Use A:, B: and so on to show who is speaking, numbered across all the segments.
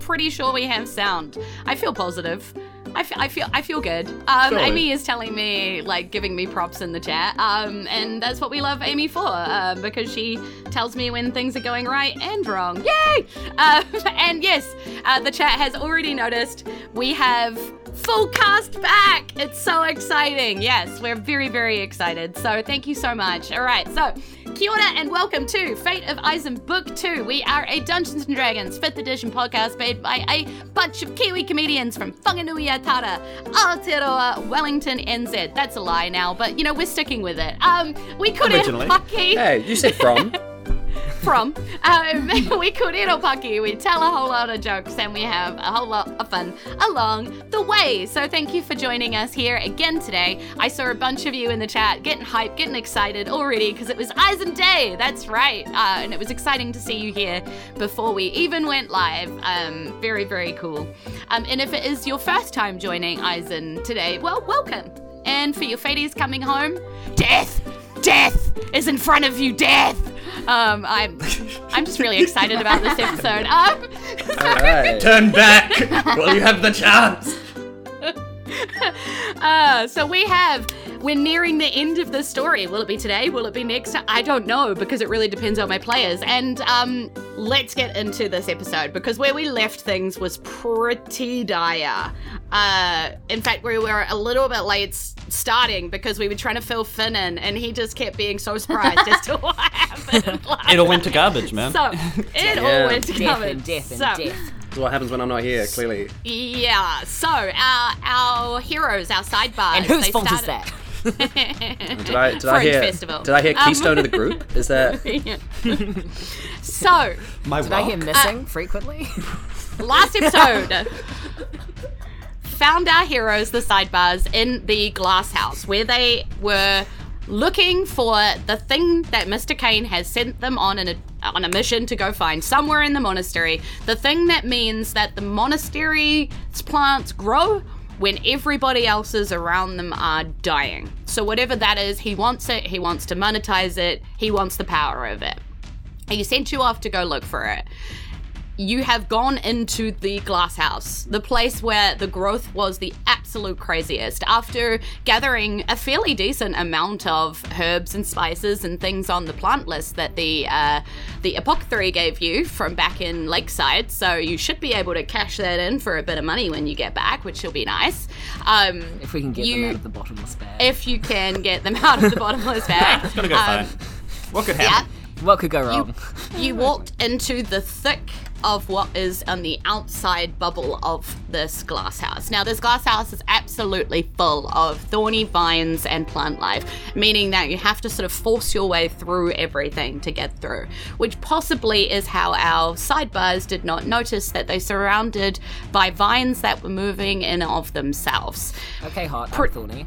A: pretty sure we have sound. I feel positive. I fe- I feel I feel good. Um,
B: Surely.
A: Amy is telling me like giving me props in the chat, um, and that's what we love Amy for uh, because she tells me when things are going right and wrong. Yay! Uh, and yes, uh, the chat has already noticed we have full cast back. It's so exciting. Yes, we're very very excited. So thank you so much. All right, so. Kia ora and welcome to Fate of Eisen Book 2. We are a Dungeons & Dragons 5th edition podcast made by a bunch of Kiwi comedians from Whanganui Atara, Aotearoa, Wellington, NZ. That's a lie now, but you know, we're sticking with it. Um, we could
B: Originally.
A: Paki
C: Hey, you said from.
A: from. Um, we kurero paki, we tell a whole lot of jokes, and we have a whole lot of fun along the way. So thank you for joining us here again today. I saw a bunch of you in the chat getting hyped, getting excited already because it was Eyes and Day. That's right, uh, and it was exciting to see you here before we even went live. Um, very very cool. Um, and if it is your first time joining Eisen today, well, welcome. And for your fadies coming home, death, death is in front of you, death. Um, I'm, I'm just really excited about this episode. Um,
C: All right.
B: Turn back while you have the chance.
A: uh, so we have, we're nearing the end of the story. Will it be today? Will it be next? ti- I don't know because it really depends on my players. And um, let's get into this episode because where we left things was pretty dire. Uh, in fact, we were a little bit late s- starting because we were trying to fill Finn in, and he just kept being so surprised as to what happened.
D: It all went to garbage, man.
A: So it all
C: Yeah.
A: went to
E: Death
A: covered.
E: and death and
A: so,
E: death.
C: That's what happens when I'm not here, clearly.
A: Yeah. So our our heroes, our sidebars.
E: And whose
A: they
E: fault is
A: started-
E: that?
C: Did I, did I
A: Fringe
C: hear,
A: festival.
C: Did I hear
A: Um,
C: Keystone of the group? Is that.
A: so
D: My
E: Did I hear
D: rock.
E: missing frequently?
A: last episode found our heroes, the sidebars, in the glass house where they were looking for the thing that Mr. Kane has sent them on in a on a mission to go find somewhere in the monastery. The thing that means that the monastery's plants grow when everybody else's around them are dying. So whatever that is, he wants it, he wants to monetize it, he wants the power of it. He sent you off to go look for it you have gone into the glass house, the place where the growth was the absolute craziest. After gathering a fairly decent amount of herbs and spices and things on the plant list that the uh, the apothecary gave you from back in Lakeside, so you should be able to cash that in for a bit of money when you get back, which will be nice. Um,
E: if we can get
A: You-
E: them out of the bottomless bag.
A: if you can get them out of the bottomless bag,
D: It's gonna go
A: Um,
D: fine. What could
A: Yeah.
D: happen?
E: what could go wrong?
A: You walked into the thick of what is on the outside bubble of this glass house. Now, this glass house is absolutely full of thorny vines and plant life, meaning that you have to sort of force your way through everything to get through, which possibly is how our sidebars did not notice that they surrounded by vines that were moving in of themselves.
E: Okay, hot. I'm thorny.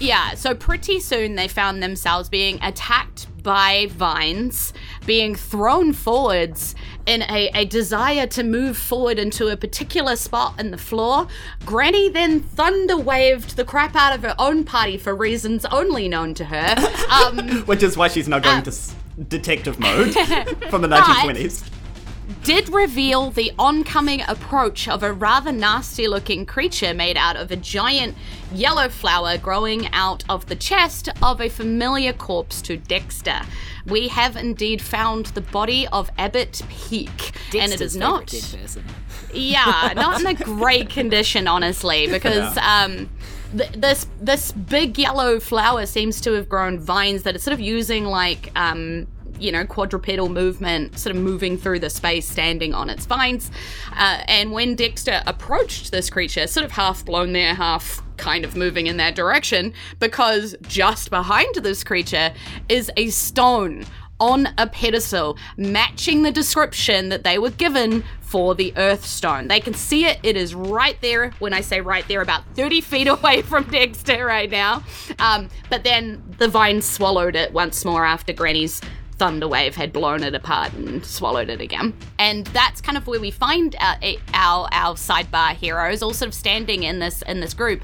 A: Yeah, so pretty soon they found themselves being attacked by vines, being thrown forwards in a, a desire to move forward into a particular spot in the floor. Granny then thunder waved the crap out of her own party for reasons only known to her. Um,
D: Which is why she's now
E: Uh,
D: going to s- detective mode from the 1920s.
A: did reveal the oncoming approach of a rather nasty looking creature made out of a giant yellow flower growing out of the chest of a familiar corpse to Dexter. We have indeed found the body of Abbott Peak, and it
E: Dexter's
A: is not.
E: favourite Dead person.
A: Yeah, not in a great condition, honestly, because um, th- this this big yellow flower seems to have grown vines that are sort of using like um, you know quadrupedal movement, sort of moving through the space, standing on its vines. Uh, and when Dexter approached this creature, sort of half blown there, half kind of moving in that direction, because just behind this creature is a stone on a pedestal, matching the description that they were given for the Earth Stone. They can see it, it is right there. When I say right there, about 30 feet away from Dexter right now. Um, but then the vine swallowed it once more after Granny's thunder wave had blown it apart and swallowed it again. And that's kind of where we find our, our, our sidebar heroes all sort of standing in this in this group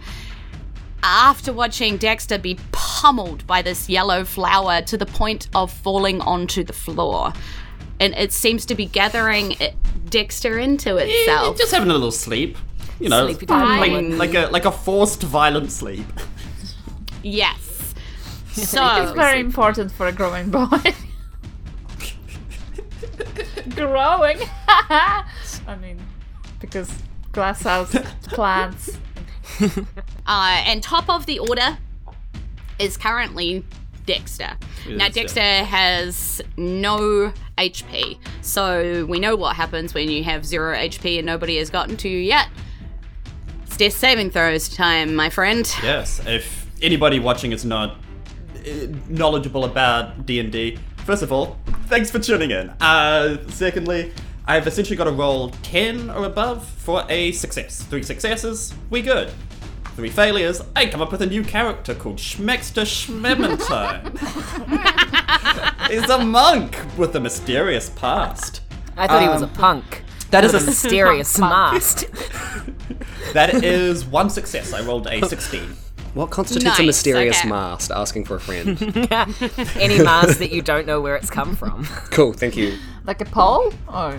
A: after watching Dexter be pummeled by this yellow flower to the point of falling onto the floor. and it seems to be gathering it, Dexter into
D: Yeah,
A: itself.
D: just having a little sleep. You know,
E: Sleepy time.
D: like, like a like a forced violent sleep.
A: yes.
E: It's
A: So, uh,
F: It's very important for a growing boy. growing. I mean, because glass house plants.
A: uh, and top of the order is currently Dexter. Now,
D: Dexter.
A: Dexter has no HP, so we know what happens when you have zero HP and nobody has gotten to you yet. It's death saving throws time, my friend.
D: Yes, if anybody watching is not uh, knowledgeable about D&D, first of all, thanks for tuning in. Uh, secondly, I've essentially got to roll 10 or above for a success. Three successes, we good. Three failures, I come up with a new character called Schmexter Schmementine. He's a monk with a mysterious past.
E: I thought he was a punk.
D: That is
E: With a
D: a
E: mysterious mask.
D: that is one success. I rolled a 16.
C: What constitutes a
A: Nice,
C: mysterious
A: okay.
C: mast? Asking for a friend.
E: Any mask that you don't know where it's come from.
C: cool, thank you.
F: Like a pole? Or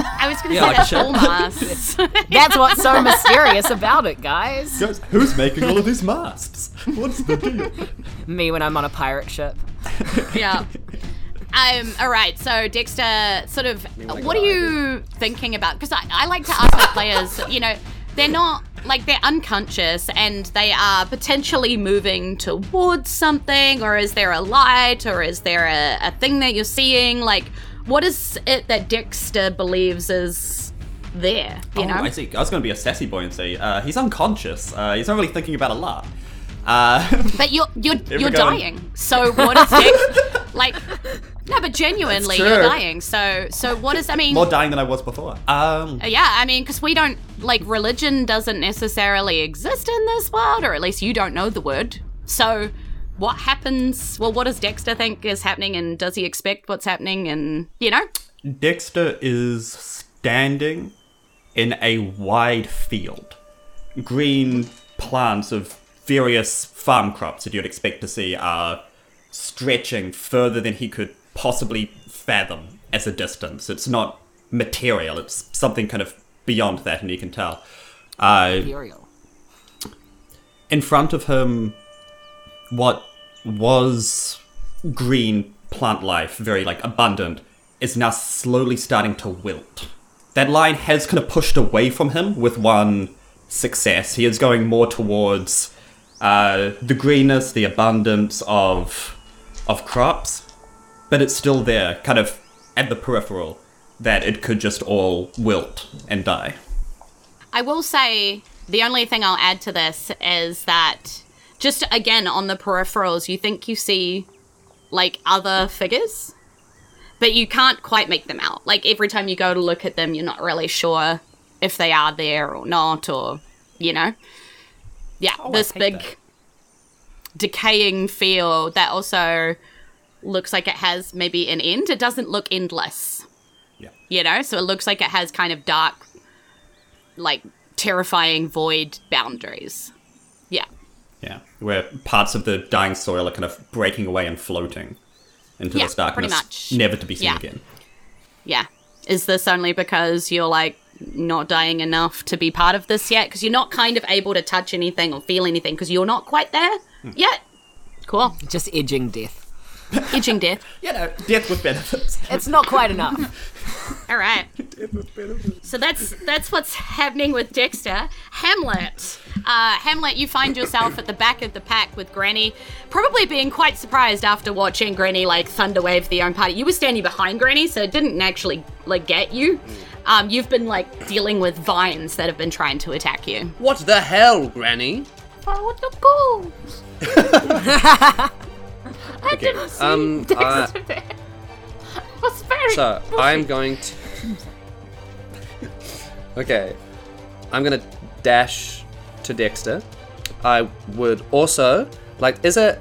A: I was going to
D: Yeah,
A: say
D: like a
A: that's
D: shirt.
A: all masks.
E: That's what's so mysterious about it, guys.
D: Guys, who's making all of these masks? What's the deal?
E: Me when I'm on a pirate ship.
A: yeah. Um, all right, so Dexter, sort of,
C: wanna
A: what
C: go
A: are you thinking about? Because I, I like to ask my players, you know, they're not, like, they're unconscious and they are potentially moving towards something, or is there a light, or is there a, a thing that you're seeing? Like, what is it that Dexter believes is there, you know?
D: Oh, I see. I was going to be a sassy boy and say uh, he's unconscious. Uh, he's not really thinking about a lot. Uh,
A: But you're you're
D: we
A: you're
D: go.
A: dying. So what is Dex like? No, but genuinely,
D: That's
A: you're
D: true.
A: dying. So so what is? I mean,
D: more dying than I was before. Um,
A: yeah, I mean, because we don't like religion doesn't necessarily exist in this world, or at least you don't know the word. So what happens? Well, what does Dexter think is happening, and does he expect what's happening? And you know,
D: Dexter is standing in a wide field. Green plants of various farm crops that you'd expect to see are stretching further than he could possibly fathom as a distance. It's not material, it's something kind of beyond that, and you can tell. Uh,
E: Imperial.
D: in front of him what was green plant life very like abundant is now slowly starting to wilt that line has kind of pushed away from him with one success he is going more towards uh, the greenness the abundance of of crops but it's still there kind of at the peripheral that it could just all wilt and die
A: I will say the only thing I'll add to this is that just again on the peripherals, you think you see like other figures, but you can't quite make them out. Like every time you go to look at them, you're not really sure if they are there or not, or you know, yeah, this
D: Oh,
A: big
D: hate that.
A: decaying field that also looks like it has maybe an end. It doesn't look endless.
D: Yeah.
A: You know, so it looks like it has kind of dark like terrifying void boundaries. Yeah.
D: Yeah, where parts of the dying soil are kind of breaking away and floating into
A: Yeah,
D: this darkness,
A: pretty much.
D: never to be seen
A: Yeah.
D: again.
A: Yeah. Is this only because you're like not dying enough to be part of this yet? Because you're not kind of able to touch anything or feel anything because you're not quite there yet. Cool.
E: Just edging death.
A: Itching death.
D: You know, death with benefits.
E: It's not quite enough.
A: All right. So that's that's what's happening with Dexter. Hamlet. Uh, Hamlet, you find yourself at the back of the pack with Granny, probably being quite surprised after watching Granny like thunderwave the own party. You were standing behind Granny, so it didn't actually like get you. Um, you've been like dealing with vines that have been trying to attack you.
C: What the hell, Granny?
F: I want to go. I
C: Okay,
F: didn't see
C: um,
F: Dexter there. I was very.
C: So
F: busy.
C: I'm going to. okay, I'm gonna dash to Dexter. I would also like. Is it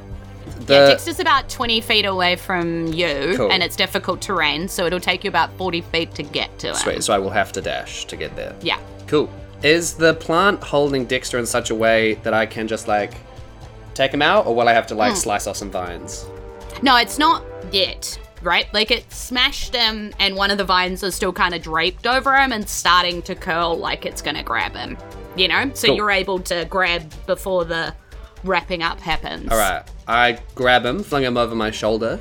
C: the?
A: yeah, Dexter's about twenty feet away from you,
C: Uh, Cool.
A: and it's difficult terrain, so it'll take you about forty feet to get to it.
C: Sweet, so I will have to dash to get there.
A: Yeah.
C: Cool. Is the plant holding Dexter in such a way that I can just like take him out, or will I have to like slice off some vines?
A: No, it's not yet. right? Like it smashed him, and one of the vines is still kind of draped over him and starting to curl like it's gonna grab him. You know, so
C: Cool.
A: you're able to grab before the wrapping up happens.
C: All right, I grab him, flung him over my shoulder,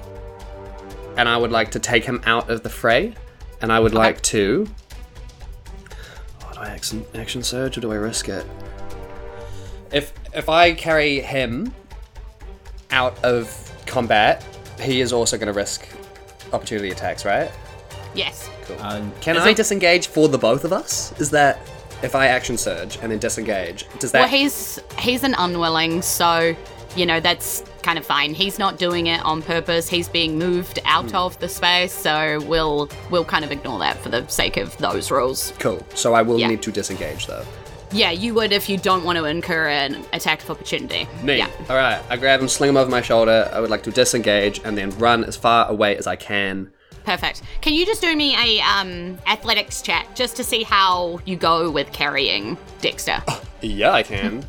C: and I would like to take him out of the fray, and I would like to. Oh, do I action, action surge or do I risk it? If if I carry him out of combat, he is also going to risk opportunity attacks, right?
A: Yes.
D: Um,
C: Can
D: is
C: I
D: it-
C: disengage for the both of us? Is that if I action surge and then disengage, does that
A: Well, he's he's an unwilling, so you know that's kind of fine. He's not doing it on purpose. He's being moved out
C: Hmm.
A: of the space, so we'll we'll kind of ignore that for the sake of those rules.
C: cool? So I will
A: Yeah.
C: need to disengage though.
A: Yeah, you would if you don't want to incur an attack of opportunity.
C: Me.
A: Yeah.
C: All right. I grab him, sling him over my shoulder. I would like to disengage and then run as far away as I can.
A: Perfect. Can you just do me a um, athletics check just to see how you go with carrying Dexter?
C: Yeah, I can.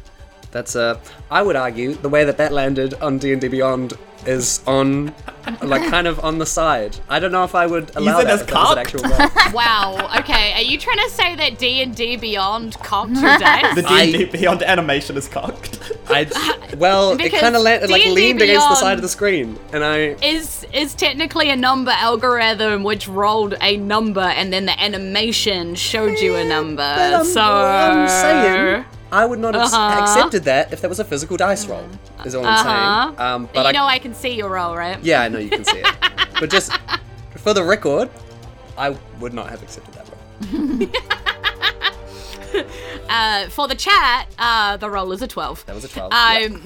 C: That's uh, I would argue the way that that landed on D and D Beyond is on, like, kind of on the side. I don't know if I would allow
D: said
C: that.
D: that's
C: if that was an actual roll.
A: wow. Okay. Are you trying to say that D and D Beyond cocked your dice?
D: The
C: I-
D: D&D Beyond animation is cocked.
C: I well, it
A: Because
C: kind of landed like
A: D&D
C: leaned against the side
A: Beyond-
C: of the screen, and I
A: is is technically a number algorithm which rolled a number and then the animation showed you a number.
C: Eh, But I'm,
A: Uh, so
C: I'm saying I would not have s-
A: Uh-huh.
C: accepted that if that was a physical dice roll. Is all I'm saying.
A: Uh-huh.
C: Um,
A: you
C: but I,
A: know I can see your roll, right?
C: yeah, I know you can see it. but just for the record, I would not have accepted that roll.
A: Uh, for the chat, uh, the roll is a twelve.
C: That was a twelve. yeah.
A: Um,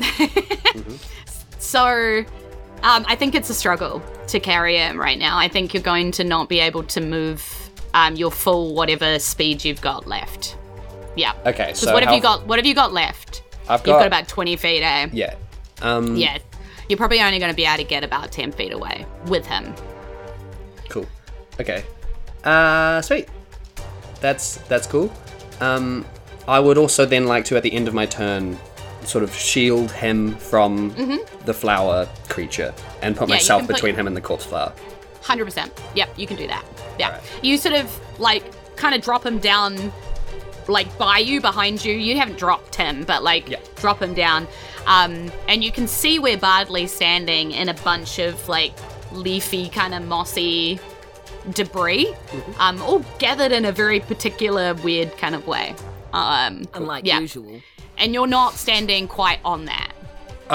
A: so um, I think it's a struggle to carry him right now. I think you're going to not be able to move um, your full whatever speed you've got left. Yeah.
C: Okay,
A: 'Cause
C: so
A: what have
C: how-
A: you got? What have you got left?
C: I've
A: You've
C: got-
A: got about twenty feet, eh?
C: Yeah. Um,
A: Yeah. You're probably only going to be able to get about 10 feet away with him.
C: Cool. Okay. Uh, sweet. That's that's cool. Um, I would also then like to, at the end of my turn, sort of shield him from the flower creature and put
A: Mm-hmm. Yeah, you
C: myself
A: can put-
C: between him and the corpse flower.
A: 100%. Yep, you can do that. Yeah.
C: Alright.
A: You sort of like kind of drop him down, like by you, behind you. You haven't dropped him, but like
C: Yeah.
A: drop him down. Um, and you can see where Bardley's standing in a bunch of like leafy, kind of mossy debris,
F: Mm-hmm.
A: um, all gathered in a very particular, weird kind of way. Um,
E: Unlike
A: yeah.
E: usual.
A: And you're not standing quite on that,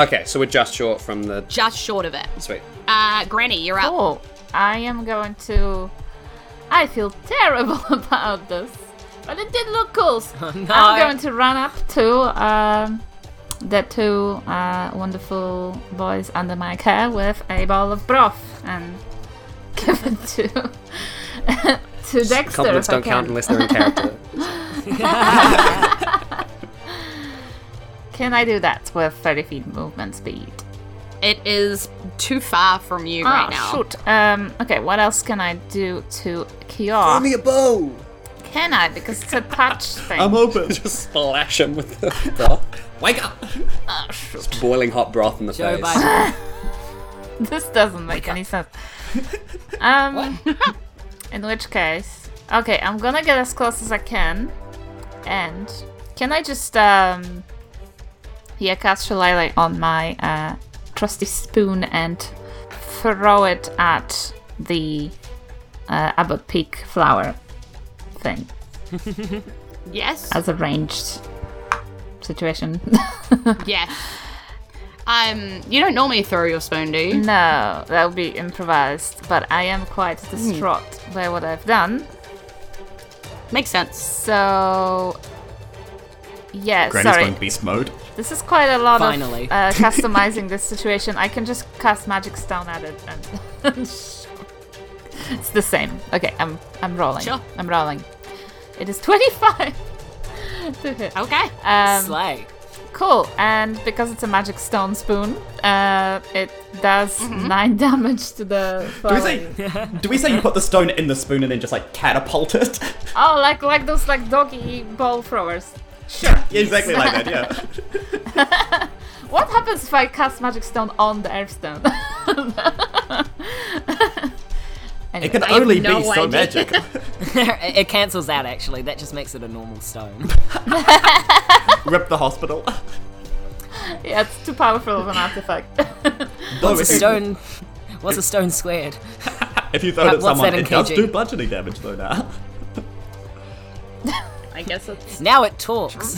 C: Okay, so we're just short from the
A: just short of it.
C: sweet.
A: Uh, Granny, you're up.
F: Oh, I am going to. I feel terrible about this, but it did look cool.
E: no.
F: I'm going to run up to um, the two uh, wonderful boys under my care with a bowl of broth and give it to to Dexter.
C: Compliments
F: if I
C: don't count
F: can.
C: unless they're in character.
F: Can I do that with 30 feet movement speed?
A: It is too far from you
F: ah,
A: right now.
F: shoot. Um, okay, what else can I do to Kiara?
C: a bow.
F: Can I? Because it's a touch thing.
D: I'm open.
C: Just slash him with the broth.
D: Wake up.
C: Boiling hot broth in the
E: Joe
C: face.
E: Biden.
F: This doesn't make any sense. Um, in which case, okay, I'm gonna get as close as I can, and can I just um, yeah, cast Shillelagh on my uh, trusty spoon and throw it at the uh, Abbot Peak flower thing
A: Yes.
F: as a ranged situation.
A: yes. Um, you don't normally throw your spoon, do you?
F: No, that will be improvised, but I am quite distraught by what I've done.
E: Mm,
A: Makes sense.
F: So, yeah,
D: Granny's
F: sorry.
D: going beast mode.
F: This is quite a lot
E: Finally.
F: of uh, customizing this situation. I can just cast magic stone at it, and it's the same. Okay, I'm I'm rolling.
A: Sure.
F: I'm rolling. It is 25 to hit.
A: Okay.
F: Um,
E: Slay.
F: Cool, and because it's a magic stone spoon, uh, it does nine damage to the.
D: Do we
F: flower.
D: say? do we say you put the stone in the spoon and then just like catapult it?
F: Oh, like like those like doggy ball throwers.
D: exactly like that. Yeah.
F: What happens if I cast magic stone on the earth stone?
D: It can
A: I have
D: only
A: no
D: be so
A: idea.
D: magic.
E: it it cancels out actually. That just makes it a normal stone.
D: Rip the hospital.
F: Yeah, it's too powerful of an artifact.
D: Though,
E: What's a
D: if you-
E: stone? What's a stone squared?
D: If you throw it at
E: What's that
D: someone,
E: in
D: it does
E: kg?
D: do bludgeoning damage though now.
A: I guess it's
E: Now it talks.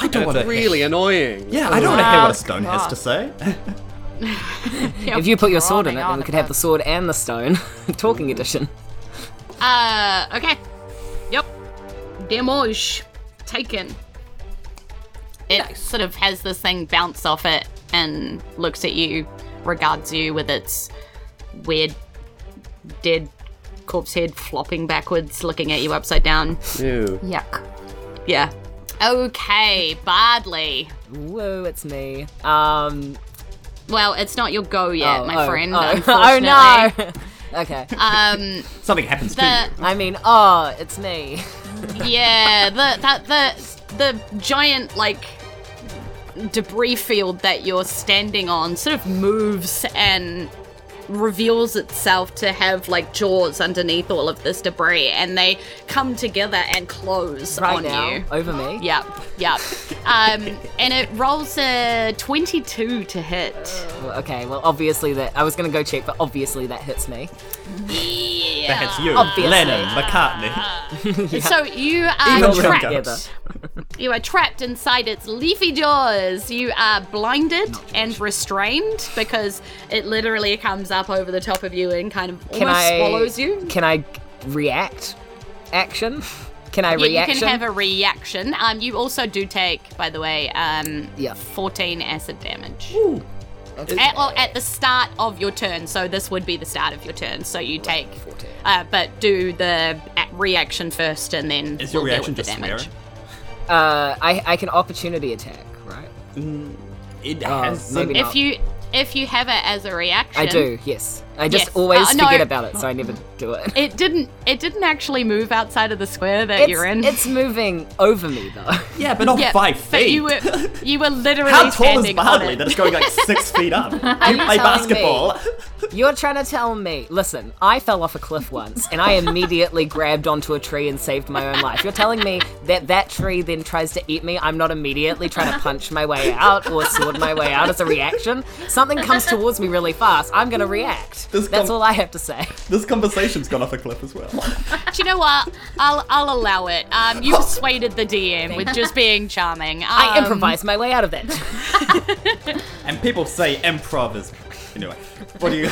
D: I don't want to.
C: Really annoying.
D: Yeah, I don't want to hear what
F: Oh,
D: a stone has to say.
E: If you put your sword
A: Oh
E: in it,
F: Rolling
E: then we could have the sword and the stone. Talking edition.
A: uh okay. Yep. Demoj taken. It sort of has this thing bounce off it and looks at you, regards you with its weird dead corpse head flopping backwards, looking at you upside down.
C: Ew.
F: Yuck.
A: Yeah. Okay, Bardley.
E: Whoa, it's me. Um.
A: Well, it's not your go yet,
E: oh,
A: my
E: oh,
A: friend.
E: Oh, oh
A: unfortunately.
E: no. okay.
A: Um,
D: Something happens to
A: the
D: you.
E: I mean, oh, it's me.
A: yeah, the that the the giant like debris field that you're standing on sort of moves and reveals itself to have like jaws underneath all of this debris, and they come together and close
E: Right
A: on
E: now,
A: you.
E: over me.
A: Yep, yep. Um, and it rolls a twenty-two to hit.
E: Well, okay. Well, obviously that. I was gonna go check, but obviously that hits me.
A: Yeah. Uh,
D: That hits you.
E: Obviously.
D: Lennon, McCartney.
A: So you are
E: Even when I'm
A: trapped.
E: together.
A: You are trapped inside its leafy jaws. You are blinded and restrained because it literally comes up over the top of you and kind of
E: Can
A: almost
E: I?
A: swallows you.
E: Can I react? Action. Can I
A: Yeah,
E: reaction?
A: You can have a reaction. Um, you also do take, by the way, um,
E: Yeah.
A: 14 acid damage. At, well, at the start of your turn, so this would be the start of your turn. So you take,
E: 14.
A: uh, but do the a- reaction first, and then
D: Is your
A: we'll deal
D: reaction
A: with
D: just
A: the damage.
D: swearing?
E: Uh, I I can opportunity attack, right?
D: It
E: Uh,
D: has.
E: maybe
A: If
E: not.
A: you if you have it as a reaction,
E: I do. Yes. I just
A: Yes.
E: always
A: Uh, no.
E: forget about it, so I never do it.
A: It didn't. It didn't actually move outside of the square that
E: It's,
A: you're in.
E: it's moving over me though.
D: Yeah, but not
A: Yeah,
D: five
A: But
D: feet.
A: you were you were literally
D: How tall is
A: standing on
D: Bardley
A: it.
D: that it's going like six feet up? You
E: you
D: play
E: telling
D: basketball.
E: You're trying to tell me, listen, I fell off a cliff once and I immediately grabbed onto a tree and saved my own life. You're telling me that that tree then tries to eat me. I'm not immediately trying to punch my way out or sword my way out as a reaction. Something comes towards me really fast. I'm going to react.
D: This
E: That's
D: com-
E: all I have to say.
D: This conversation's gone off a cliff as well.
A: Do you know what? I'll I'll allow it. Um, you persuaded the DM with just being charming.
E: I
A: Um,
E: improvised my way out of that.
D: and people say improv is. Anyway, what do you.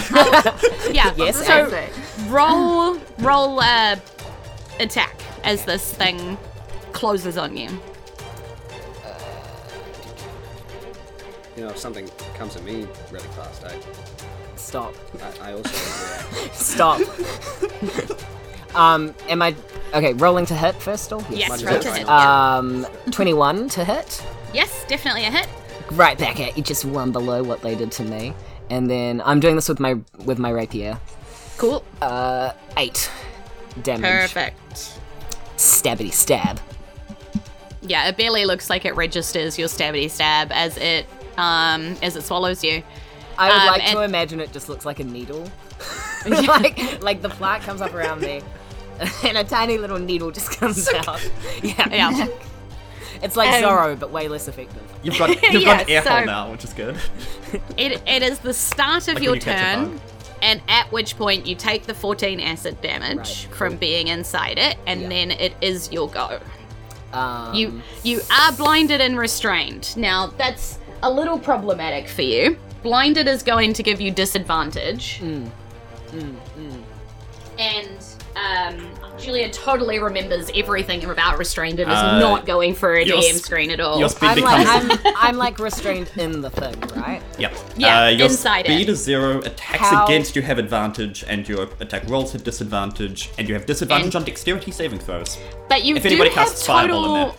A: Yeah.
E: Yes,
A: So
F: Isaac.
A: roll roll uh, attack as this thing closes on you.
C: You know, if something comes at me really fast, I,
E: Stop.
C: I, I also.
E: Stop. um, am I. Okay, rolling to hit first still?
A: Yes,
C: Might
A: roll
C: as
A: to
C: well
A: hit.
E: Um, 21 to hit.
A: Yes, definitely a hit.
E: right back at you, just one below what they did to me. And then I'm doing this with my with my rapier.
A: Cool.
E: Eight damage.
A: Perfect.
E: Stabity stab.
A: Yeah, it barely looks like it registers your stabby stab as it um as it swallows you.
E: I would
A: Um,
E: like to
A: and-
E: imagine it just looks like a needle. like like the plant comes up around me, and a tiny little needle just comes out. Yeah,
A: Yeah.
E: It's like
A: Um,
E: Zorro, but way less effective.
D: You've got, you've
A: Yeah,
D: got air
A: so-
D: hole now, which is good.
A: It, it is the start of
D: Like
A: your
D: when you catch a
A: turn,
D: bug.
A: and at which point you take the 14 acid damage
E: Right,
A: from being inside it, and then it is your go.
E: Um,
A: You you are blinded and restrained. Now that's a little problematic for you. Blinded is going to give you disadvantage.
D: Hmm.
A: And um, Julia totally remembers everything about restrained and is
D: Uh,
A: not going for a
D: your
A: DM
D: s-
A: screen at all.
D: Your speed
E: I'm like
D: becomes.
E: I'm, I'm like restrained in the thing, right?
D: Yep.
A: Yeah,
D: uh, your
A: inside it.
D: speed is zero, attacks
E: How-
D: against you have advantage, and your attack rolls have disadvantage, and you have disadvantage
A: And-
D: on dexterity saving throws.
A: But you
D: If
A: do
D: anybody
A: have
D: casts Fireball in
A: total.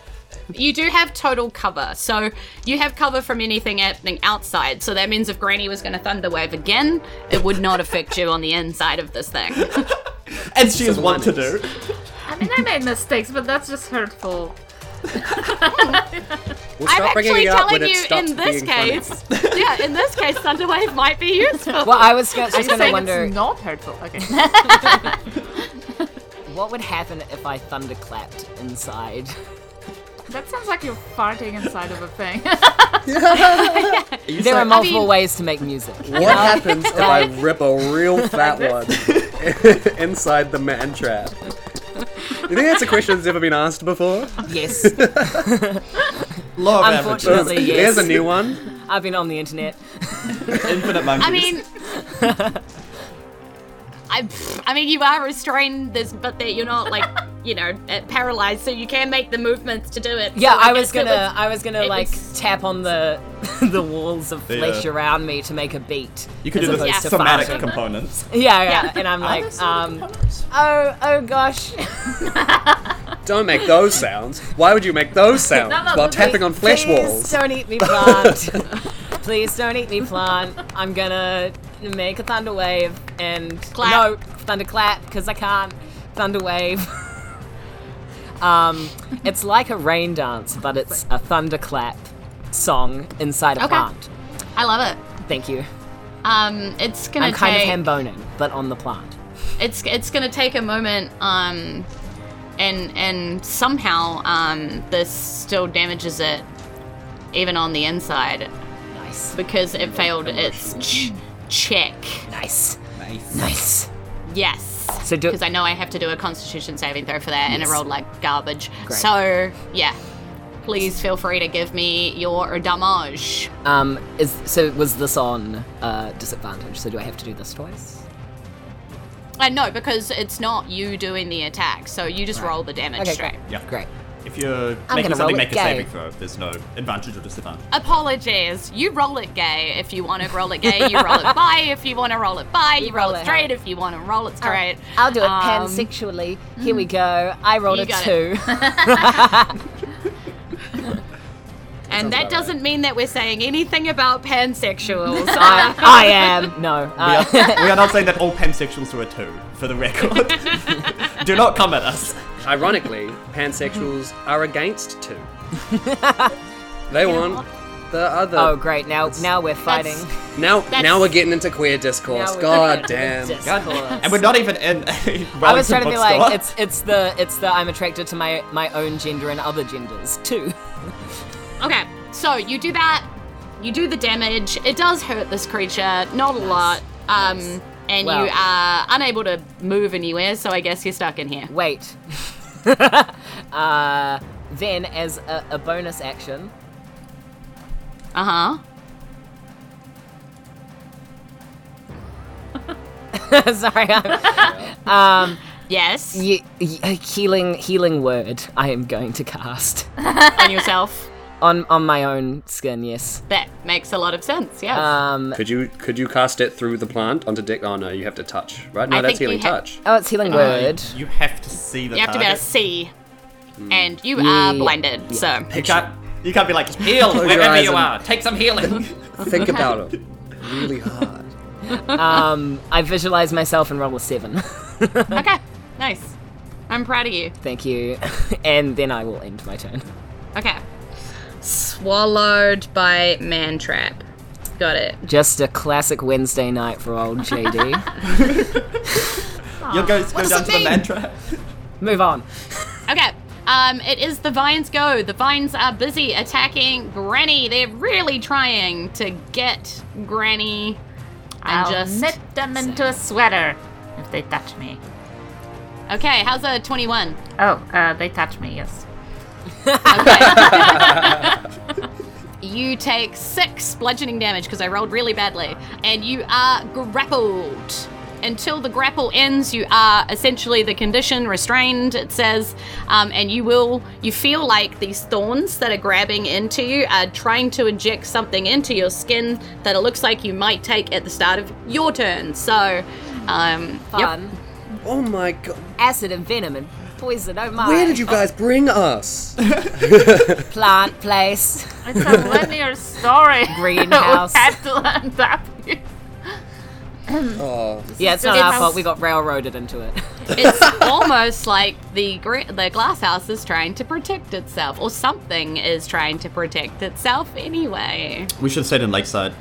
A: You do have total cover, so you have cover from anything happening outside. So that means if Granny was going to thunderwave again, it would not affect you on the inside of this thing.
D: As she is wont to do.
C: Miscellaneous.
F: I mean, I made mistakes, but that's just hurtful.
C: We'll
A: I'm
C: start
A: actually
C: bringing it up when
A: telling
C: it
A: you,
C: stops
A: in this
C: being funny.
A: case, yeah, in this case, Thunderwave might be useful.
E: Well, I was go-
F: I'm
E: just going to
F: saying
E: wonder
F: it's not hurtful. Okay.
E: what would happen if I thunderclapped inside.
F: that sounds like you're farting inside of a thing.
E: There are multiple
A: mean-
E: ways to make music.
C: What happens if I rip a real fat one inside the man trap? You think that's a question that's ever been asked before?
E: Yes,
D: Law of averages.
E: unfortunately, yes.
C: Here's a new one.
E: I've been on the internet.
D: Infinite monkeys.
A: I mean, I, I mean, you are restrained, this, but that you're not like, you know, uh, paralyzed, so you can make the movements to do it.
E: Yeah,
A: So
E: I
A: guess
E: was gonna,
A: it was-
E: I was gonna
A: it
E: like
A: was-
E: tap on the the walls of flesh
D: Yeah.
E: around me to make a beat.
D: you could
E: as
D: do the
E: opposed to
D: somatic
E: farting.
D: components.
E: Yeah, yeah, and I'm like, um, oh, oh gosh.
C: Don't make those sounds. Why would you make those sounds
F: No, no,
C: while
F: please-
C: tapping on flesh
E: Please
C: walls?
E: don't eat me, plant. Please don't eat me, plant. I'm gonna make a thunder wave and
A: Clap.
E: no thunder clap because I can't thunder wave. um, it's like a rain dance, but it's a thunderclap song inside a
A: Okay.
E: plant.
A: I love it.
E: Thank you.
A: Um, it's gonna
E: I'm kind
A: take,
E: of hamboning, but on the plant.
A: it's it's gonna take a moment. Um, and and somehow um, this still damages it, even on the inside,
E: Nice,
A: because it failed its ch- check.
E: nice, nice, nice.
A: Yes.
E: So do
A: because I know I have to do a Constitution saving throw for that, and it rolled like garbage.
E: Great.
A: So yeah, please feel free to give me your damage.
E: um is so was this on uh, disadvantage? So do I have to do this twice?
A: I know Uh, because it's not you doing the attack, so you just roll the damage
E: Okay,
A: straight.
D: Yeah.
E: Great.
D: If you're
E: gonna
D: making something
E: roll
D: make a
E: it
D: saving
E: gay.
D: throw, there's no advantage or disadvantage.
A: Apologies. You roll it gay if you want to roll it gay. You roll it by if you want to roll it by. You, roll,
E: roll
A: it
E: it
A: straight if you want to roll it straight.
E: I'll do it
A: Um, hmm.
E: pansexually. Here we go. I rolled
A: You
E: a
A: got
E: two.
A: and that doesn't mean that we're saying anything about pansexuals.
E: I, I am. No. Uh,
D: we are not saying that all pansexuals are a two, for the record. do not come at us.
C: Ironically, pansexuals are against two. They want the other.
E: oh, great. Now now we're fighting.
C: now,
A: that's-
C: now we're getting into queer discourse.
E: Now we're-
C: God damn.
E: Discourse.
D: And we're not even in a
E: I was trying to be
D: bookstore.
E: like, it's it's the it's the I'm attracted to my my own gender and other genders too.
A: Okay, so you do that. You do the damage. It does hurt this creature, not a lot. Um, and
E: Wow.
A: you are unable to move anywhere, so I guess you're stuck in here.
E: Wait. uh, then as a, a bonus action,
A: Uh huh.
E: sorry, I'm,
A: Yes.
E: y- y- healing healing word. I am going to cast
A: On yourself.
E: on on my own skin. Yes.
A: That makes a lot of sense. Yes.
E: Um.
C: Could you could you cast it through the plant onto Dick? Oh no, you have to touch, right? No,
A: I
C: that's
A: think you
C: healing
A: ha-
C: touch.
E: Oh, it's healing word.
D: You have to see the
A: you have to be able to
D: target.
A: see, and you are blinded. So
D: You can't, you can't be like, heal
C: your
D: wherever
C: eyes
D: you
C: and-
D: are. Take some healing.
C: Think about it really hard.
E: I visualize myself and roll a seven.
A: okay, nice. I'm proud of you.
E: Thank you. And then I will end my turn.
A: Okay. Swallowed by man trap. Got it.
E: Just a classic Wednesday night for old JD.
D: You'll go, go down to the mantra.
E: Move on.
A: Okay. Um, it is the vines go. The vines are busy attacking Granny. They're really trying to get Granny. And
F: I'll
A: just
F: knit them into a sweater if they touch me.
A: okay. How's a twenty-one?
F: Oh, uh, they touch me. Yes.
A: You take six bludgeoning damage because I rolled really badly, and you are grappled. Until the grapple ends, you are essentially the condition restrained. It says, um, and you will you feel like these thorns that are grabbing into you are trying to inject something into your skin that it looks like you might take at the start of your turn. So, um, yep.
E: Fun.
C: Oh my god,
E: Acid and venom and poison. Oh my.
C: where did you guys bring us?
E: Plant place.
F: It's a linear story.
E: Greenhouse.
F: we had to end up. here.
C: Oh,
E: Yeah, it's not
A: It's-
E: our fault. We got railroaded into it.
A: It's almost like the gra- the glass house is trying to protect itself, or something is trying to protect itself anyway.
D: We should stay in Lakeside.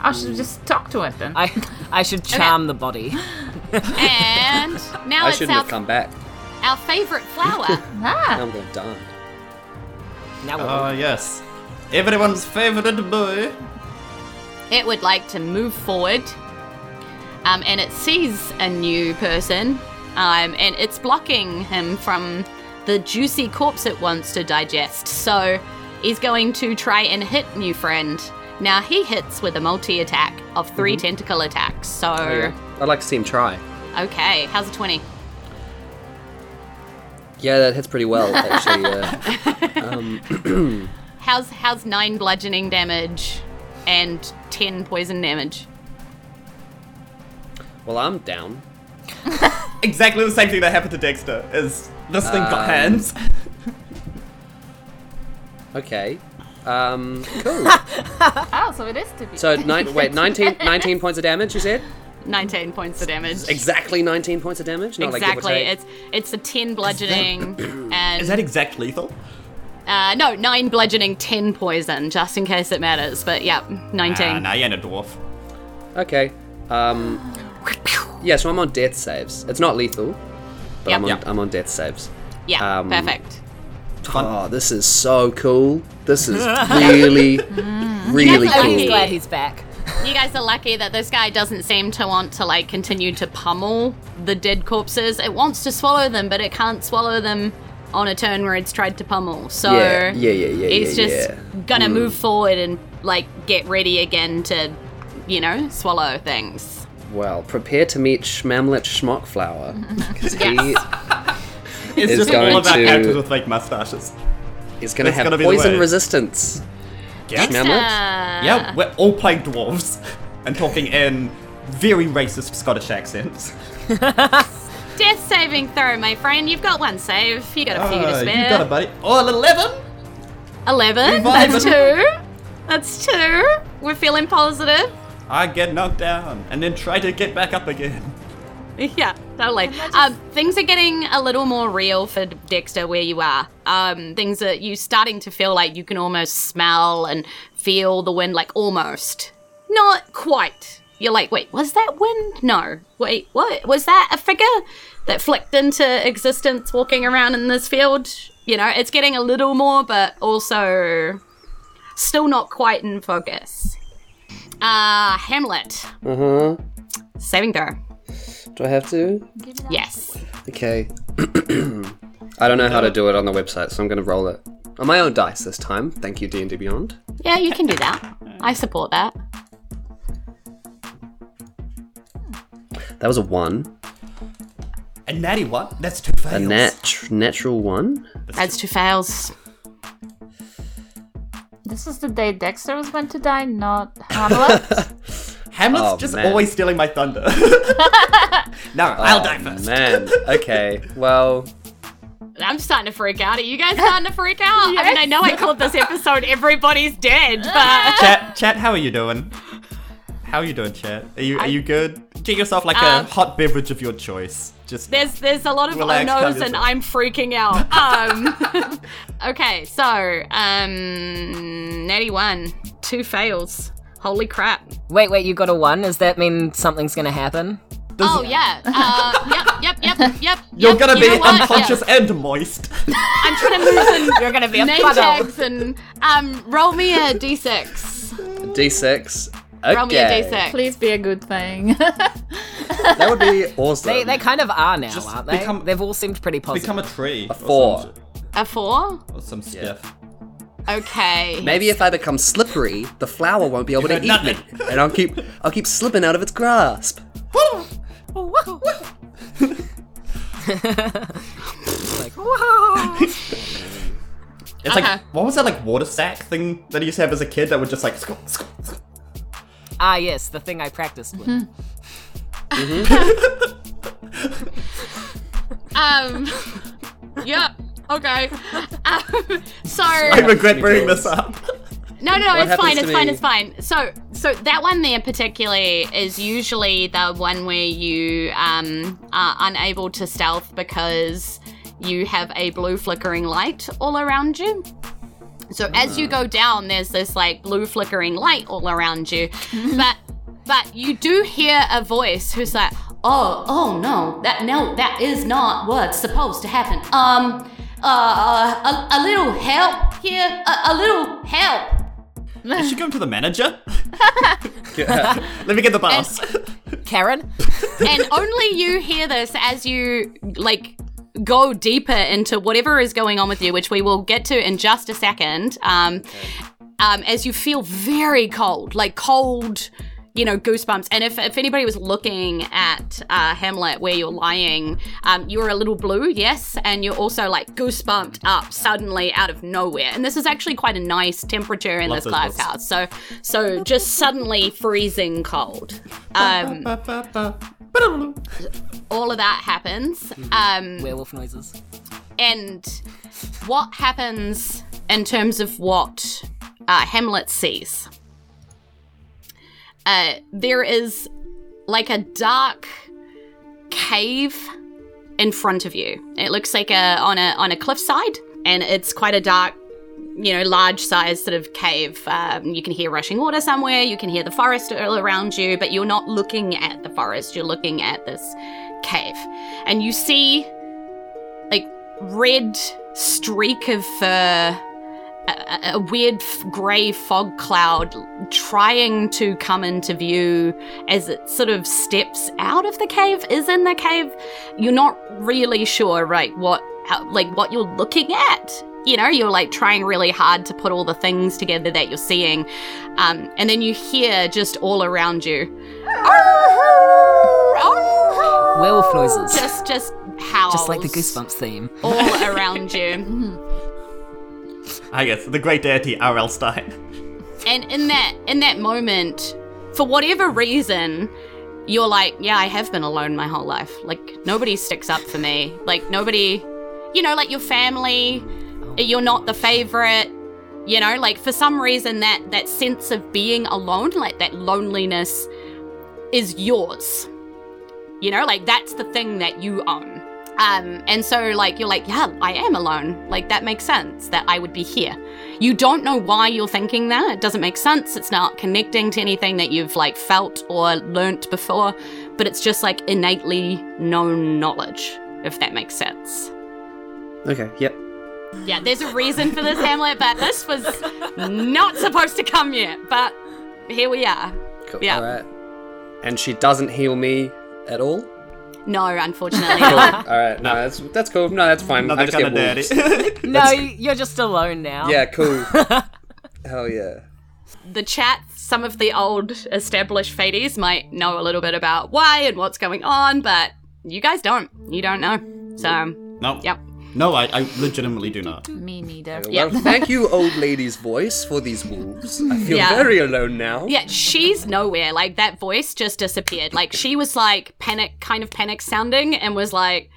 F: I should just talk to it then.
E: I, I should charm the body.
A: And now
C: I
A: it's
C: shouldn't
A: our,
C: have come back.
A: our favorite flower.
F: ah,
C: I'm gonna die.
E: Now we're
D: Ah, yes. Everyone's favorite boy.
A: it would like to move forward um, and it sees a new person um, and it's blocking him from the juicy corpse it wants to digest so he's going to try and hit new friend now he hits with a multi attack of 3
C: Mm-hmm.
A: tentacle attacks so
C: I'd like to see him try.
A: okay how's a 20
C: Yeah, that hits pretty well, actually. Uh,
A: how's how's 9 bludgeoning damage and 10 poison damage
C: well, I'm down.
D: Exactly the same thing that happened to Dexter. Is this thing got hands?
C: Okay. Um, cool.
F: oh, so it is to be.
C: So, nine, wait, 19, 19 points of damage, you said?
A: 19 points of damage
C: Exactly 19 points of damage? Not Like give or
A: exactly
C: take?
A: it's it's a 10 bludgeoning and
D: Is that exact lethal?
A: Uh, no, nine bludgeoning, ten poison, just in case it matters. But yeah,
D: Ah,
A: nineteen.
D: nah, you ain't a dwarf.
C: Okay. Um, yeah, so I'm on death saves. It's not lethal, but I'm, on,
A: Yep.
C: I'm on death saves.
A: Yeah,
C: Um,
A: perfect.
C: Oh, this is so cool. This is really,
A: Mm.
C: really
A: That's
C: cool.
A: okay.
E: he's glad he's back.
A: You guys are lucky that this guy doesn't seem to want to like continue to pummel the dead corpses. It wants to swallow them, but it can't swallow them on a turn where it's tried to pummel. So
C: Yeah, yeah, yeah, yeah,
A: it's
C: yeah,
A: just
C: yeah. Hmm.
A: gonna move forward and like get ready again to, you know, swallow things.
C: Well, prepare to meet Schmamlet Schmockflower. 'cause he
D: It's,
C: Is
D: just all
C: going
D: of our
C: to-
D: characters with fake mustaches.
C: is going to
D: That's
C: have
D: gonna be the
C: poison
D: way.
C: resistance.
D: Yeah.
C: Schmamlet?
D: Yeah, we're all playing dwarves and talking in very racist Scottish accents.
A: Death saving throw, my friend. You've got one save. You got a few to
D: Ah,
A: spare.
D: you got it, buddy. Oh, an 11?
A: 11.
D: Revive
A: That's
D: it.
A: two. That's two. We're feeling positive.
D: I get knocked down and then try to get back up again.
A: Yeah, totally. Um, things are getting a little more real for Dexter where you are. Um, things are you starting to feel like you can almost smell and feel the wind, like almost, not quite. You're like, wait, was that wind? No, wait, what was that? A figure that flicked into existence, walking around in this field. You know, it's getting a little more, but also still not quite in focus. Uh, Hamlet. Mm-hmm. Saving throw.
C: Do I have to?
A: Yes.
C: Okay. I don't know how to do it on the website, so I'm going to roll it on my own dice this time. Thank you, D&D Beyond.
A: Yeah, you can do that. I support that.
C: That was a one,
D: A natty one? That's two fails.
C: a nat- natural one.
A: That's two fails.
F: This is the day Dexter was meant to die, not Hamlet.
D: Hamlet's
C: Oh,
D: just
C: man.
D: always stealing my thunder. no, I'll die first.
C: Oh, Man, okay. Well,
A: I'm starting to freak out. Are you guys starting to freak out? I mean, I know I called this episode "Everybody's Dead," but
D: Chat, chat, how are you doing? How are you doing, chat? Are you are you good? Get yourself like
A: Um,
D: a hot beverage of your choice. Just
A: there's there's a lot of
D: Relax,
A: oh
D: calm
A: no's and
D: yourself.
A: I'm freaking out. Um, okay, so um, natty one, two fails. Holy crap!
E: Wait, wait, you got a one? Does that mean something's gonna happen?
A: Oh yeah. Uh, yep, yep, yep, yep.
D: you're
A: yep,
D: gonna
A: you
D: be
A: know what? Yeah.
D: unconscious and moist.
A: I'm trying to move
E: You're gonna be a
A: in name
E: puddle.
A: tags and um, roll me a d6.
C: D6. Okay.
A: Roll me a d6.
F: Please be a good thing.
C: That would be awesome.
E: They, they kind of are now,
D: Just
E: aren't they?
D: become-
E: They've all seemed pretty positive.
D: Become a tree. A
C: four.
A: A four?
D: Or some stuff.
A: Okay.
C: Maybe if I become slippery, the flower won't be able to eat me,
D: Nothing.
C: and I'll keep I'll keep slipping out of its grasp.
D: It's
A: Okay.
D: like what was that like water sack thing that I used to have as a kid that would just like squat, squat, squat.
E: ah, yes, the thing I practiced with.
A: Um. yeah. Okay. Um, so
D: I regret bringing this up.
A: No, no, no,
C: What
A: it's fine,
C: happens
A: it's
C: to
A: fine,
C: me?
A: it's fine. So, so that one there particularly is usually the one where you um, are unable to stealth because you have a blue flickering light all around you. So as you
C: Ah.
A: go down, there's this like blue flickering light all around you, but but you do hear a voice who's like, oh oh no, that no that is not what's supposed to happen. Um, uh, uh a, a little help here, a, a little help.
D: Is she going to the manager? Let me get the bus.
E: Karen?
A: and only you hear this as you like go deeper into whatever is going on with you, which we will get to in just a second. Um, um, as you feel very cold, like cold, you know, goosebumps. And if, if anybody was looking at uh, Hamlet where you're lying, um, you're a little blue, yes, and you're also like goosebumped up suddenly out of nowhere. And this is actually quite a nice temperature in
D: Love
A: this
D: those
A: glass
D: books.
A: house. So, so just suddenly freezing cold. Um, all of that happens. Um,
E: Werewolf noises.
A: and what happens in terms of what uh, Hamlet sees? Uh, there is like a dark cave in front of you. It looks like a on a on a cliffside, and it's quite a dark, you know, large size sort of cave. Um, you can hear rushing water somewhere. You can hear the forest all around you, but you're not looking at the forest. You're looking at this cave, and you see like red streak of fur. A, a- a weird f- grey fog cloud trying to come into view as it sort of steps out of the cave, is in the cave. You're not really sure, right? What, how, like, what you're looking at. You know, you're like trying really hard to put all the things together that you're seeing, um, and then you hear just all around you.
E: Werewolf noises.
A: Just, just howls.
E: Just like the Goosebumps theme.
A: all around you.
D: I guess the great deity R.L. Stein.
A: And in that in that moment, for whatever reason, you're like, yeah, I have been alone my whole life. Like nobody sticks up for me. Like nobody, you know, like your family, you're not the favorite. You know, like for some reason that that sense of being alone, like that loneliness is yours. You know, like that's the thing that you own. Um, and so, like, you're like, yeah, I am alone. Like, that makes sense that I would be here. You don't know why you're thinking that. It doesn't make sense. It's not connecting to anything that you've, like, felt or learnt before, but it's just, like, innately known knowledge, if that makes sense.
C: Okay, yep.
A: Yeah, there's a reason for this, Hamlet, but this was not supposed to come yet. But here we are.
C: Cool.
A: Yeah.
C: Alright. And she doesn't heal me at all?
A: No, unfortunately. not.
C: Alright, no, that's that's cool. No, that's fine. I
D: Another
C: just
D: kind
C: get
D: of
C: wolves.
D: deity.
E: No, you're just alone now.
C: Yeah, cool. Hell yeah.
A: the chat, some of the old established fadies might know a little bit about why and what's going on, but you guys don't. You don't know. So,
D: no.
A: yep. Mm.
D: No, I, I legitimately do not.
F: Me neither.
A: Yep.
C: Well, thank you, old lady's voice, for these wolves. I feel
A: Yeah.
C: very alone now.
A: Yeah, she's nowhere. Like that voice just disappeared. Like she was like panic, kind of panic sounding, and was like,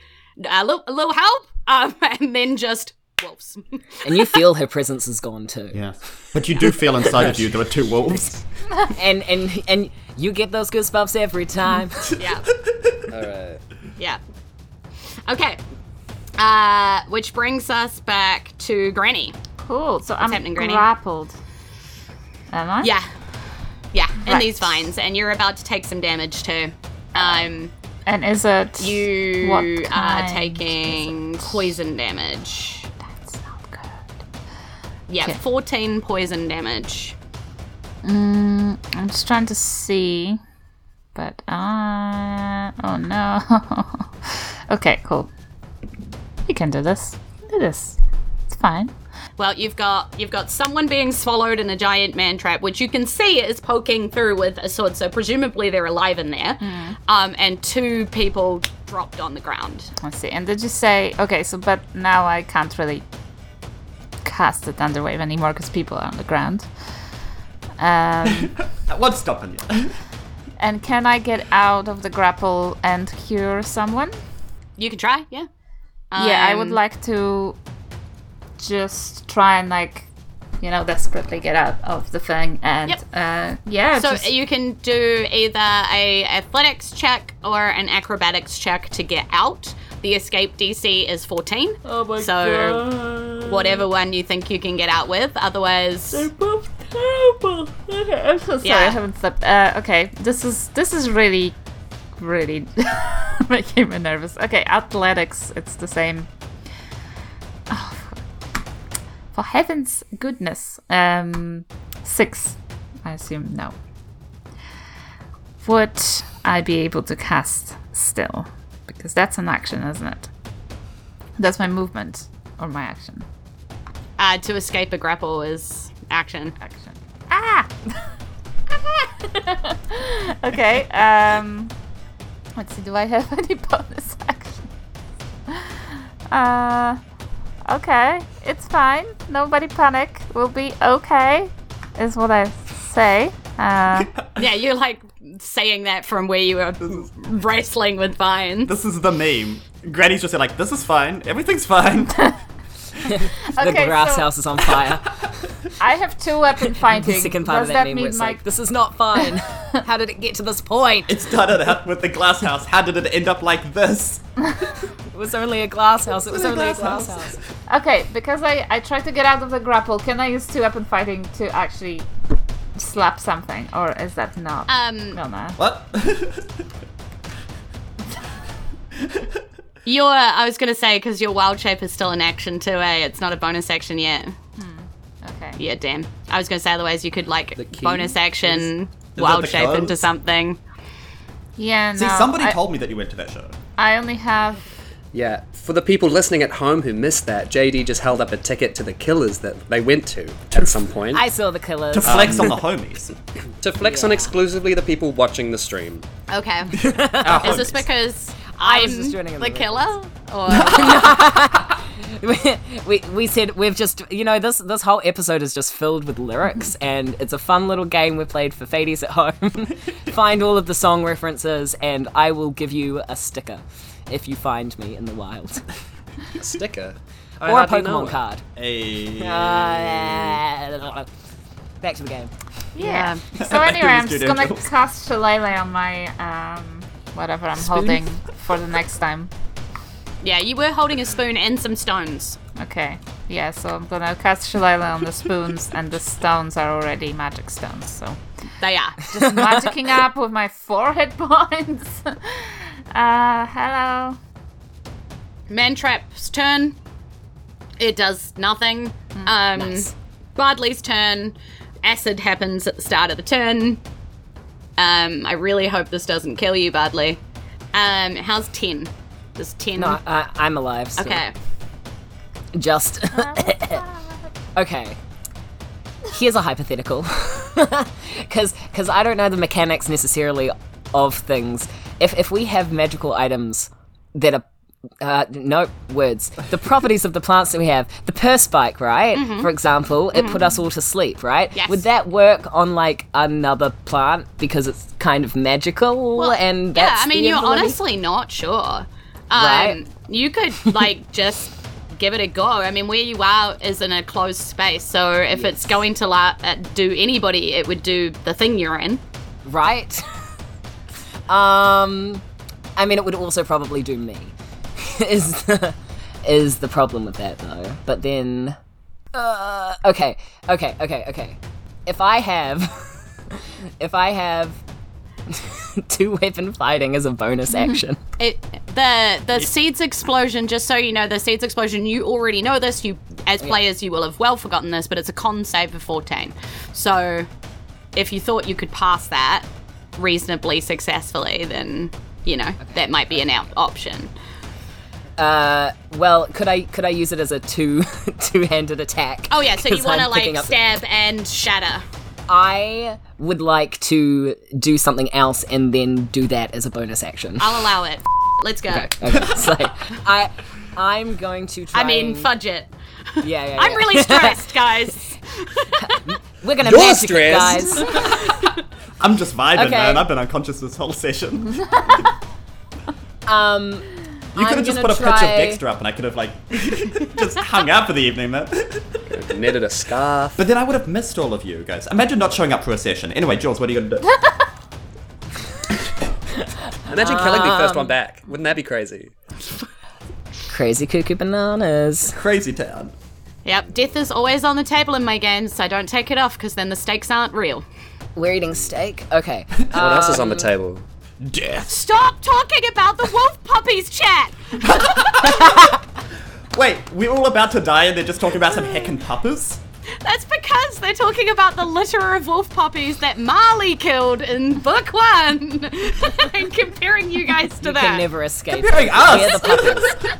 A: a little, a little help, um, and then just wolves.
E: And you feel her presence is gone too.
D: Yes. But you do feel inside of you there are two wolves.
E: And and and you get those goosebumps every time.
A: yeah,
C: Alright.
A: yeah. Okay. Uh, which brings us back to Granny.
F: Cool. So I'm
A: happening, Granny?
F: grappled. Am I?
A: Yeah. Yeah, in
F: Right.
A: these vines, and you're about to take some damage too. Um,
F: And is it
A: you
F: What
A: are
F: kind
A: taking poison damage.
F: That's not good.
A: Yeah, 14 poison damage.
F: Mm, I'm just trying to see, but uh oh no. okay, cool. You can do this. Do this. It's fine.
A: Well, you've got you've got someone being swallowed in a giant man trap, which you can see is poking through with a sword. So presumably they're alive in there.
F: Mm.
A: Um, and two people dropped on the ground.
F: Let's see. And did you say okay? So, but now I can't really cast the thunderwave anymore because people are on the ground. Um,
D: What's stopping you?
F: and can I get out of the grapple and cure someone?
A: You can try, yeah.
F: yeah, I would
A: Um,
F: like to just try and like you know, desperately get out of the thing. And
A: Yep.
F: uh, yeah,
A: So
F: just-
A: you can do either a athletics check or an acrobatics check to get out. The escape DC is 14. Oh my so whatever one you think you can get out with. Otherwise,
F: both terrible. Okay, I'm so sorry. I
A: Yeah.
F: haven't slept. Uh, okay, this is this is really, really making me nervous. Okay, athletics. It's the same. Oh, for- for heaven's goodness. Um, six. I assume no. Would I be able to cast still? Because that's an action, isn't it? That's my movement or my action.
A: uh, to escape a grapple is action.
F: action. Ah! okay, um. Let's see, do I have any bonus action? Uh. Okay, it's fine. Nobody panic. We'll be okay, is what I say. Uh,
A: Yeah, you're like saying that from where you were wrestling with vines.
D: This is the meme. Granny's just like, this is fine. Everything's fine.
E: The
F: okay,
E: grass
F: so
E: house is on fire.
F: I have two weapon
E: the
F: fighting.
E: second part
F: Does
E: of that,
F: that
E: meme where
F: mean
E: it's
F: my
E: like, this is not fun. How did it get to this point? It
D: it started out with the glass house. How did it end up like this?
E: was only a glass house. It was only a glass house.
F: Okay, because I, I tried to get out of the grapple, can I use two weapon fighting to actually slap something? Or is that not?
A: Um,
F: no, no.
D: What?
A: your I was gonna say because your wild shape is still in action too. Eh? It's not a bonus action yet.
F: Okay.
A: Yeah, damn. I was gonna say otherwise you could like
C: key
A: bonus action
D: that
A: wild
D: the
A: shape
D: colours?
A: into something.
F: Yeah, no.
D: See, somebody
F: I,
D: told me that you went to that show.
F: I only have.
C: Yeah, for the people listening at home who missed that, JD just held up a ticket to the killers that they went to at some point
E: I saw the killers.
D: To flex on the homies.
C: to flex on exclusively the people watching the stream.
A: Okay.
D: Our
A: Is this
D: homies.
A: because
E: I
A: I'm
E: was just joining in
A: the
E: the
A: killer? Or
E: we, we said we've just you know this this whole episode is just filled with lyrics and it's a fun little game we played for fadies at home find all of the song references and i will give you a sticker if you find me in the wild
C: A sticker.
E: or a
C: hardly know
E: pokemon
C: it.
E: card
D: Hey.
E: Uh, back to the game
A: yeah.
F: So anyway, I'm
D: Mr.
F: just gonna
D: Dangles.
F: cast Shillelagh on my um whatever I'm holding for the next time.
A: Yeah, you were holding a spoon and some stones.
F: Okay. Yeah, so I'm gonna cast Shillelagh on the spoons, and the stones are already magic stones. So
A: They are.
F: just magicking up with my forehead points. uh, hello.
A: Mantrap's turn. It does nothing.
E: Hmm,
A: Um Bardley's turn. Acid happens at the start of the turn. Um, I really hope this doesn't kill you, Bardley. Um, how's ten? Does ten
E: no I, i'm alive still.
A: Okay.
E: just
A: Uh,
E: okay here's a hypothetical because i don't know the mechanics necessarily of things if if we have magical items that are uh, no words. The properties of the plants that we have, the perspike, right? For example, it put us all to sleep, right?
A: Mm-hmm. Yes.
E: Would that work on like another plant because it's kind of magical and
A: yeah, I
E: that's
A: mean,
E: the
A: you're
E: ability?
A: honestly not sure. Um,
E: Right.
A: You could like just give it a go. I mean, where you are is in a closed space, so if it's going to la- uh, do anybody, it would do the thing you're in.
E: right? um, I mean, it would also probably do me. is the, is the problem with that though? But then, uh, okay, okay, okay, okay. If I have, if I have two weapon fighting as a bonus action,
A: It, the the seeds explosion. Just so you know, the seeds explosion. You already know this. You as players, you will have well forgotten this, but it's a con save of 14. So, if you thought you could pass that reasonably successfully, then you know that might be an out option.
E: well, could I could I use it as a two two handed attack?
A: Oh yeah, so you
E: 'Cause
A: want to
E: I'm picking
A: like
E: up-
A: stab and shatter.
E: I would like to do something else and then do that as a bonus action.
A: I'll allow it. Let's go.
E: Okay, so I, I'm going to try.
A: I mean,
E: and-
A: fudge it.
E: Yeah, yeah, yeah.
A: I'm really stressed, guys.
E: We're gonna
C: You're
E: magic it,
C: stressed.
E: guys.
D: I'm just vibing,
E: Okay.
D: man. I've been unconscious this whole session. You could have just
E: Um, gonna
D: put a picture
E: try-
D: of Dexter up, and I could have like just hung out for the evening, man.
C: Knitted a scarf.
D: But then I would have missed all of you guys. Imagine not showing up for a session. Anyway, Jules, what are you gonna do?
C: Imagine killing the
E: Um,
C: first one back. Wouldn't that be crazy?
E: Crazy cuckoo bananas.
D: Crazy town.
A: Yep, death is always on the table in my games, so don't take it off because then the stakes aren't real.
E: We're eating steak. Okay.
C: What else is on the table?
D: Death.
A: Stop talking about the wolf puppies, chat!
D: Wait, we're all about to die, and they're just talking about some heckin' puppies.
A: That's because they're talking about the litter of wolf puppies that Marley killed in book one and comparing you guys to
E: can
A: that.
E: never escape.
D: Comparing us.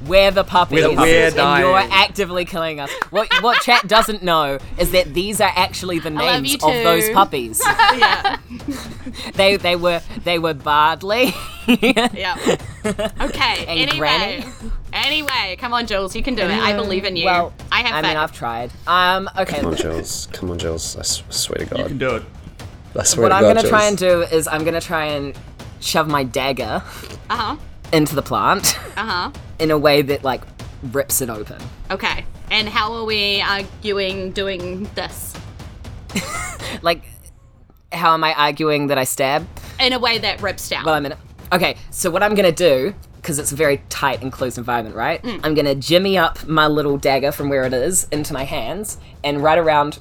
E: We're the puppies. We're the puppies.
C: We're the weird
E: and you're
C: dying.
E: actively killing us. What what chat doesn't know is that these are actually the
A: love
E: names
A: you
E: of those
A: too.
E: puppies.
A: yeah,
E: they they were they were Bardley.
A: yeah. Okay, anyway.
E: Granny? Mm,
A: Anyway, come on, Jules, you can do it. I believe in you.
E: Well,
A: I have
E: I mean, I've
A: faith.
E: tried. Um, okay.
C: Come on, Jules. Come on, Jules. I s- swear to
D: You
C: God.
D: can do it.
C: I swear
E: What
C: to
E: I'm
C: God,
E: gonna
C: Jules.
E: try and do is I'm gonna try and shove my dagger
A: Uh huh.
E: into the plant
A: Uh
E: in a way that like rips it open.
A: huh. Okay. And how are we arguing doing this?
E: Like, how am I arguing that I stab?
A: In a way that rips down.
E: Well, I'm in. Okay, so what I'm gonna do, because it's a very tight and close environment, right? I'm gonna jimmy up my little dagger from where it is into my hands and right around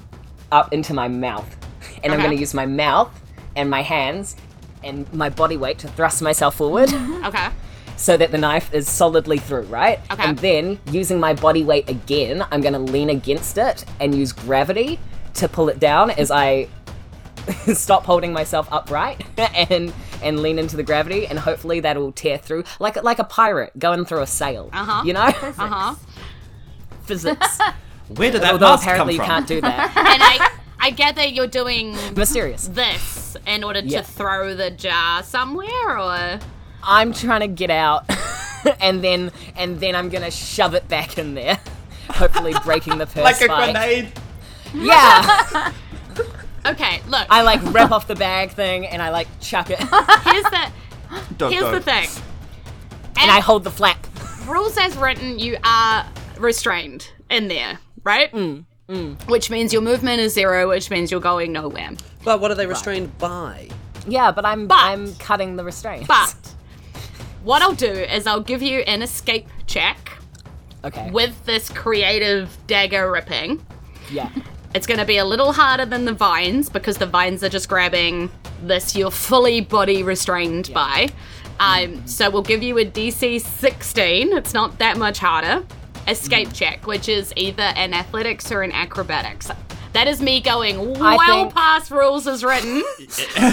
E: up into my mouth. And I'm
A: Okay.
E: gonna use my mouth and my hands and my body weight to thrust myself forward
A: okay.
E: so that the knife is solidly through, right?
A: Okay.
E: And then using my body weight again, I'm gonna lean against it and use gravity to pull it down as I stop holding myself upright and and lean into the gravity and hopefully that'll tear through like like a pirate going through a sail.
A: Uh-huh.
E: You know?
A: Uh huh.
E: Physics.
D: Where did that
E: Although
D: mask come
E: apparently you
D: from?
E: can't do that.
A: And I, I gather you're doing
E: Mysterious.
A: this in order
E: Yeah.
A: to throw the jar somewhere, or
E: I'm trying to get out, and then and then I'm gonna shove it back in there, hopefully breaking the purse.
D: like a
E: spike.
D: grenade.
E: Yeah,
A: okay. Look,
E: I like rip off the bag thing, and I like chuck it, and
A: here's the
D: Don't,
A: here's the
D: don't.
A: thing.
E: I hold the flap.
A: Rules as written, you are restrained in there, right?
E: Mm,
A: Which means your movement is zero, which means you're going nowhere.
C: But what are they restrained by?
E: Yeah, but I'm
A: But-
E: I'm cutting the restraint.
A: But what I'll do is I'll give you an escape check
E: okay,
A: with this creative dagger ripping.
E: yeah,
A: It's going to be a little harder than the vines because the vines are just grabbing this you're fully body restrained by. Um, so we'll give you a DC 16. It's not that much harder. Escape
E: Mm-hmm.
A: check, which is either an athletics or an acrobatics. That is me going
E: I
A: well
E: think-
A: past rules as written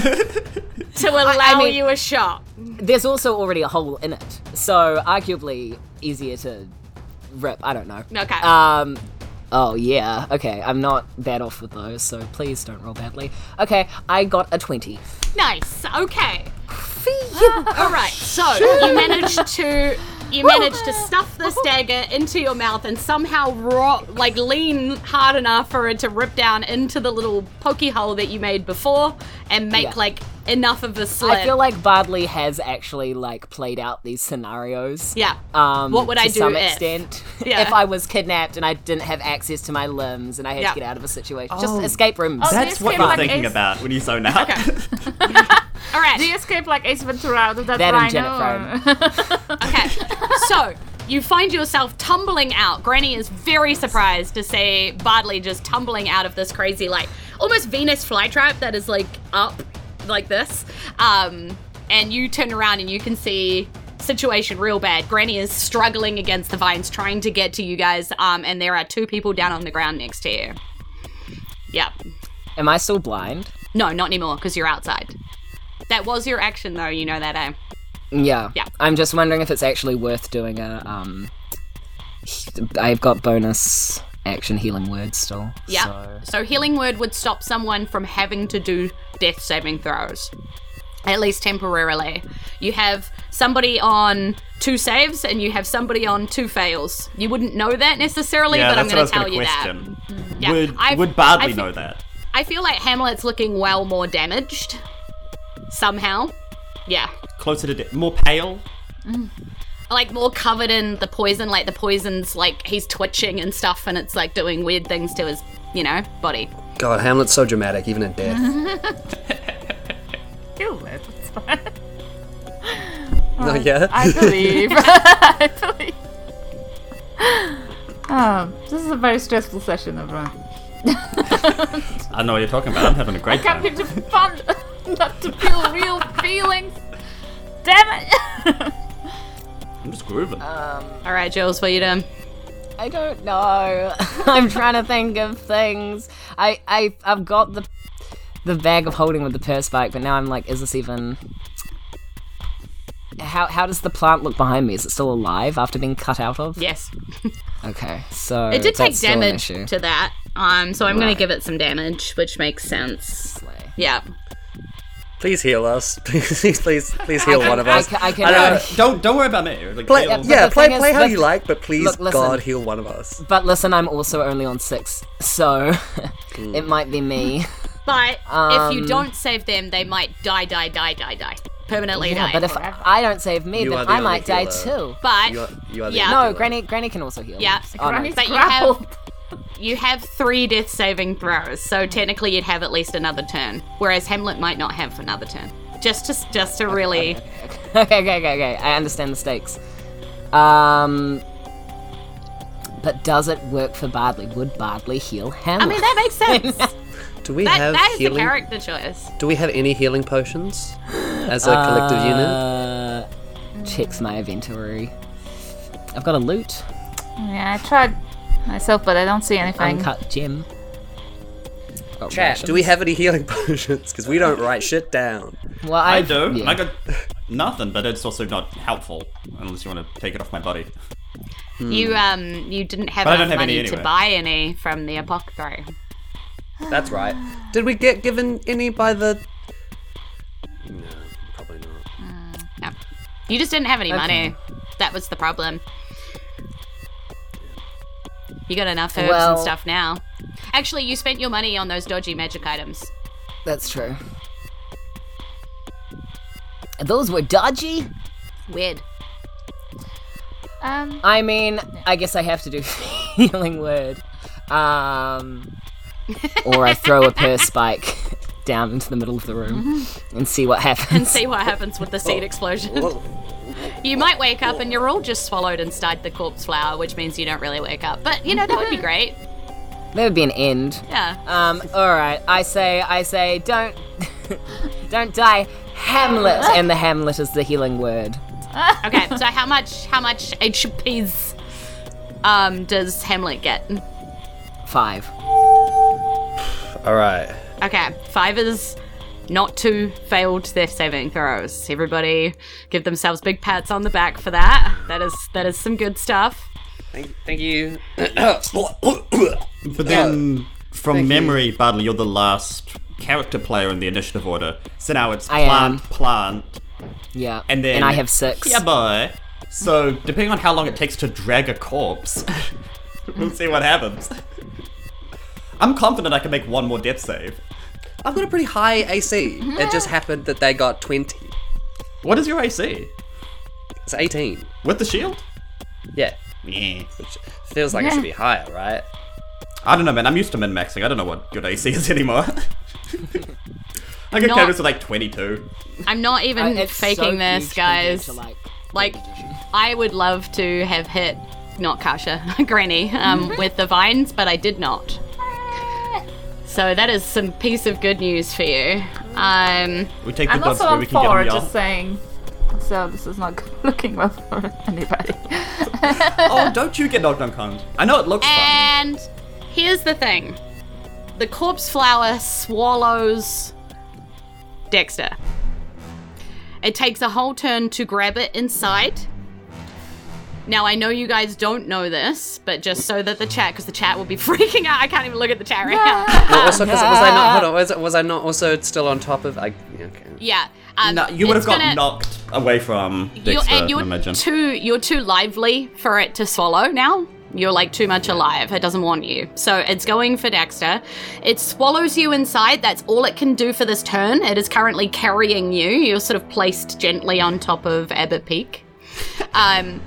A: to allow
E: mean-
A: you a shot.
E: there's also already a hole in it, so arguably easier to rip. I don't know.
A: Okay.
E: Um. Oh yeah. Okay. I'm not bad off with those, so please don't roll badly. Okay. I got a twenty.
A: nice. Okay. All right. So you managed to you managed to stuff this dagger into your mouth and somehow ro- like lean hard enough for it to rip down into the little pokey hole that you made before and make
E: Yeah.
A: like enough of a slip.
E: I feel like Bardley has actually like played out these scenarios.
A: yeah.
E: Um,
A: what would
E: to
A: I do
E: some
A: if?
E: extent?
A: Yeah.
E: if I was kidnapped and I didn't have access to my limbs and I had
A: Yeah.
E: to get out of a situation, just escape rooms.
F: Oh,
D: That's
F: This
D: what
F: game
D: you're
F: like
D: thinking
F: is-
D: about when you zone out.
A: All right.
F: Do you escape like Ace Ventura out of that,
E: That and
F: rhino?
A: Okay. so you find yourself tumbling out. Granny is very surprised to see Bardley just tumbling out of this crazy, like almost Venus flytrap that is like up like this. Um, and you turn around and you can see situation real bad. Granny is struggling against the vines, trying to get to you guys. Um, and there are two people down on the ground next to you. Yeah.
E: Am I still blind?
A: No, not anymore because you're outside. That was your action, though. You know that, eh?
E: Yeah.
A: Yeah.
E: I'm just wondering if it's actually worth doing a. Um, I've got bonus action healing words still.
A: Yeah. So. healing word would stop someone from having to do death saving throws, at least temporarily. You have somebody on two saves and you have somebody on two fails. You wouldn't know that necessarily,
D: yeah,
A: but I'm
D: that's
A: going to
D: what I
A: tell you
D: was gonna
A: that.
D: question.
A: Yeah,
D: Would
A: I've-
D: would Bardley
A: I
D: know
A: think-
D: that?
A: I feel like Hamlet's looking well more damaged somehow. Yeah.
D: Closer to de- more pale.
A: like more covered in the poison. Like the poison's like he's twitching and stuff, and it's like doing weird things to his, you know, body.
C: God, Hamlet's so dramatic, even in death.
F: Kill it. It's fine.
C: oh, yeah.
F: I believe. I believe. Oh, this is a very stressful session, everyone.
D: I know what you're talking about. I'm having a
F: I
D: great time.
F: come here to fun, not to feel real feelings. Damn it!
D: I'm just grooving.
A: All right, Jules, what you doing?
E: I don't know. I'm trying to think of things. I, I I've got the the bag of holding with the purse bike, but now I'm like, is this even how how does the plant look behind me? Is it still alive after being cut out of?
A: Yes,
E: Okay. So
A: it did take
E: that's still an
A: damage
E: issue.
A: to that. Um, so I'm gonna give it some damage, which makes sense. Yeah.
C: Please heal us. Please, please, please heal one of
E: I
C: us.
E: ca- I
C: don't
E: cannot-
C: know.
D: don't don't worry about me. Like,
C: Play,
D: heal-
C: yeah,
E: the
C: play,
E: thing is,
C: play how
E: look-
C: you like, but please,
E: look, listen.
C: God, heal one of us.
E: But listen, I'm also only on six, so
C: Mm.
E: it might be me.
A: But if you don't save them, they might die, die, die, die, die, permanently
E: Yeah,
A: die.
E: but if I don't save me,
C: You are
E: then
C: the
E: I might
C: only
E: die
C: healer.
E: too.
A: But-
C: You are, you are the
A: Yeah.
E: No,
C: healer.
E: Granny Granny can also heal.
A: Yeah.
E: Oh, no.
F: Granny's
A: But you
F: grappled.
A: have you have three death saving throws, so technically you'd have at least another turn. Whereas Hamlet might not have another turn. Just to just to really
E: okay, okay, okay, okay. I understand the stakes. Um, but does it work for Bardley? Would Bardley heal Hamlet?
A: I mean that makes sense. that
C: Do we have
A: that is the
C: healing?
A: character choice.
C: Do we have any healing potions as a collective
E: Uh,
C: unit?
A: Mm.
E: checks my inventory. I've got a loot,
F: Yeah, I tried myself, but I don't see anything.
E: uncut gem. Oh, Got
C: Chat, do we have any healing potions? Because we don't write shit down.
E: Well, i
D: I do.
E: yeah.
D: I got nothing, but it's also not helpful unless you want to take it off my body.
A: You um you didn't have
D: But I
A: enough
D: don't have
A: money
D: any
A: to
D: anyway.
A: buy any from the apothecary.
C: That's right. Did we get given any by the? No, probably not.
A: No. You just didn't have any money. That was the problem. You got enough herbs
E: Well-
A: and stuff now. Actually, you spent your money on those dodgy magic items.
E: That's true. Those were dodgy.
A: Weird.
F: Um,
E: I mean, I guess I have to do healing word. Um, or I throw a purse spike down into the middle of the room and see what happens.
A: See what happens with the seed explosion. you might wake up and you're all just swallowed inside the corpse flower, which means you don't really wake up. But you know that would be great.
E: There would be an end.
A: Yeah.
E: Um, all right, I say, I say, don't, don't die, Hamlet. And the Hamlet is the healing word.
A: Okay. So how much how much HPs um does Hamlet get?
E: Five.
C: All right.
A: Okay. Five is not two failed death saving throws. Everybody give themselves big pats on the back for that. That is that is some good stuff.
C: Thank, thank you.
D: But then, from memory, Badly, you're the last character player in the initiative order. So now it's
E: I
D: plant,
E: am.
D: plant,
E: Yeah.
D: and then.
E: and I have six.
D: Yeah, boy. So depending on how long it takes to drag a corpse, we'll see what happens. I'm confident I can make one more death save.
C: I've got a pretty high AC. It just happened that they got twenty.
D: What is your AC?
C: It's eighteen.
D: With the shield?
C: Yeah.
D: Yeah.
C: Which feels like it should be higher, right?
D: I don't know, man. I'm used to min maxing. I don't know what good AC is anymore. I get
A: Not-
D: counters with like 22.
A: I'm not
E: Uh,
A: even
E: it's so
A: faking
E: huge
A: this,
E: compared
A: guys.
E: to, like,
A: Like, I would love to have hit not Kasha, Granny, um,
E: Mhm.
A: with the vines, but I did not. So that is some piece of good news for you. Um,
D: We take the
F: I'm
D: dots
F: also
D: where we can
F: on
D: get
F: four,
D: them.
F: just
D: y'all.
F: saying. So this is not looking well for anybody.
D: Oh, don't you get knocked unconscious. I know it looks fun.
A: and here's the thing the corpse flower swallows Dexter. It takes a whole turn to grab it inside. Now, I know you guys don't know this, but just so that the chat, because the chat will be freaking out. I can't even look at the chat right now.
C: Well, also, 'cause was I not? Hold on. Was, was I not also still on top of? I, yeah, okay.
A: Yeah. Um,
D: No, you would have
A: it's
D: got
A: gonna-
D: knocked away from Dexter,
A: You're, and
D: I
A: you're
D: imagine.
A: too you're too lively for it to swallow now. You're like too much alive. It doesn't want you. So it's going for Dexter. It swallows you inside. That's all it can do for this turn. It is currently carrying you. You're sort of placed gently on top of Abbot Peak. Um,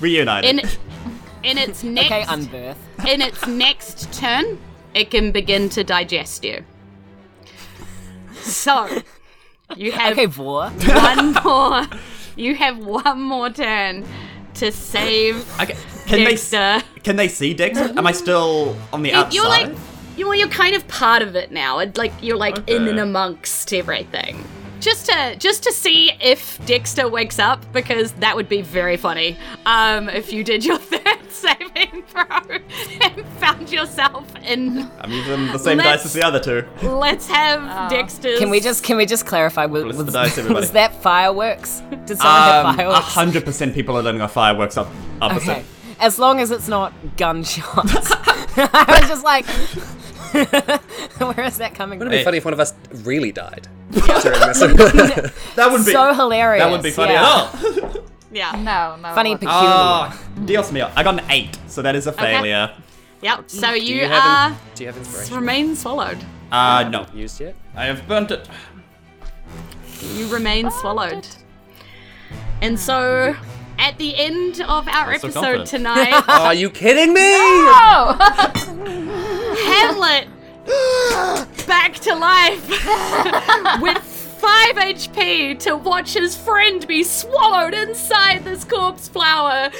D: Reunited.
A: in in its next
E: Okay, unbirth.
A: in its next turn, it can begin to digest you. So you have
E: Okay, Vor.
A: one more. You have one more turn to save
D: Okay, Can they s-
A: Dexter.
D: can they see Dexter? Am I still on the outside?
A: You're like, you well, you're kind of part of it now. It, like you're like in
B: Okay.
A: and amongst everything. Just to just to see if Dexter wakes up because that would be very funny. Um, if you did your third saving throw and found yourself in,
D: I'm using the same
A: Let's-
D: dice as the other two.
A: let's have Dexter's.
E: Can we just can we just clarify? Was,
D: Blitz
E: was,
D: the dice, everybody.
E: was that fireworks? Did someone have
D: Um,
E: fireworks?
D: hundred percent people are letting off fireworks up opposite.
E: Okay. As long as it's not gunshots. I was just like, where is that coming from?
C: It'd be
D: Hey.
C: funny if one of us really died during this.
D: That would be
E: So hilarious.
D: That would be funny
E: yeah.
D: at all.
A: Yeah.
F: No, no.
E: Funny
F: what-
E: and peculiar.
D: Oh, deals me. I got an eight, so that is a failure.
A: Yep. So
C: do
A: you,
C: you
A: are
C: have in- do you have inspiration
A: remain swallowed.
D: Uh, no,
C: used yet?
D: I have burnt it.
A: You remain swallowed. And so, at the end of our
D: I'm so
A: episode
D: confident.
A: tonight,
C: Are you kidding me?
F: Oh!
A: Hamlet back to life with 5 HP to watch his friend be swallowed inside this corpse flower.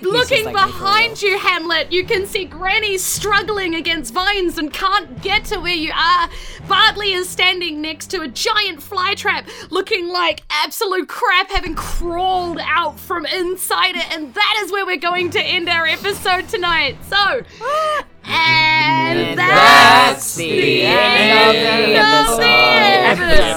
A: Looking
E: like, "Me for
A: behind you, Hamlet, you can see Granny struggling against vines and can't get to where you are. Bartley is standing next to a giant flytrap, looking like absolute crap, having crawled out from inside it, and that is where we're going to end our episode tonight. So, and
E: That's the end of the
A: of the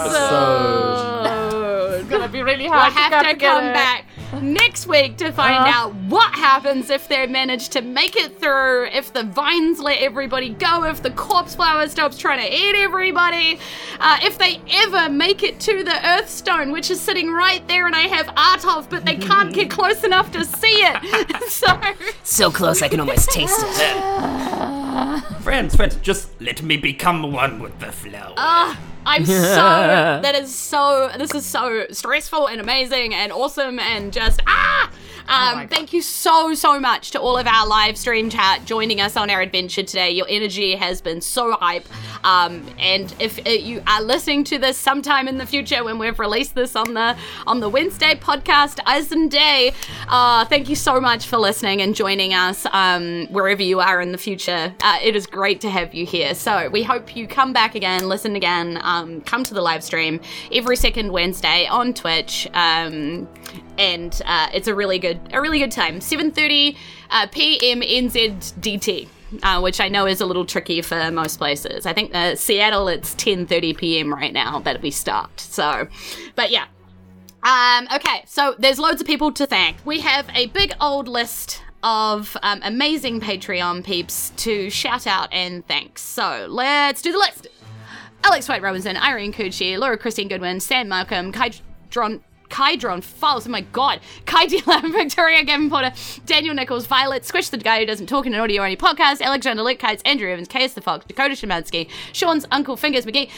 F: It's
A: episode.
F: gonna be really
A: I
F: hard
A: have to
F: together.
A: come back next week to find
F: Uh.
A: out what happens if they manage to make it through, if the vines let everybody go, if the corpse flower stops trying to eat everybody, uh, if they ever make it to the Earthstone, which is sitting right there, and I have Artov, but they can't get close enough to see it. so.
E: So close, I can almost taste it.
D: Friends, friends, just let me become one with the flower.
A: I'm so that is so this is so stressful and amazing and awesome and just ah um, thank you so so much to all of our live stream chat joining us on our adventure today. Your energy has been so hype, um, and if uh, you are listening to this sometime in the future when we've released this on the on the Wednesday podcast, as in day, uh, thank you so much for listening and joining us um, wherever you are in the future. Uh, it is great to have you here. So we hope you come back again, listen again, um, come to the live stream every second Wednesday on Twitch. Um, and uh, it's a really good a really good time. 7:30 uh, p.m. NZDT. Uh, which I know is a little tricky for most places. I think uh, Seattle it's 10:30 p.m. right now that we start. So, but yeah, um, okay, so there's loads of people to thank. We have a big old list of um, amazing Patreon peeps to shout out and thanks. So let's do the list. Alex White Robinson, Irene Cucci, Laura Christine Goodwin, Sam Malcolm, Kai Dron. Kydron Files, oh my god, Kai Dillon, Victoria Gavin Porter, Daniel Nichols, Violet, Squish the guy who doesn't talk in an audio only podcast, Alexander Litkites, Andrew Evans, KS the Fox, Dakota Shemansky, Sean's Uncle Fingers McGee,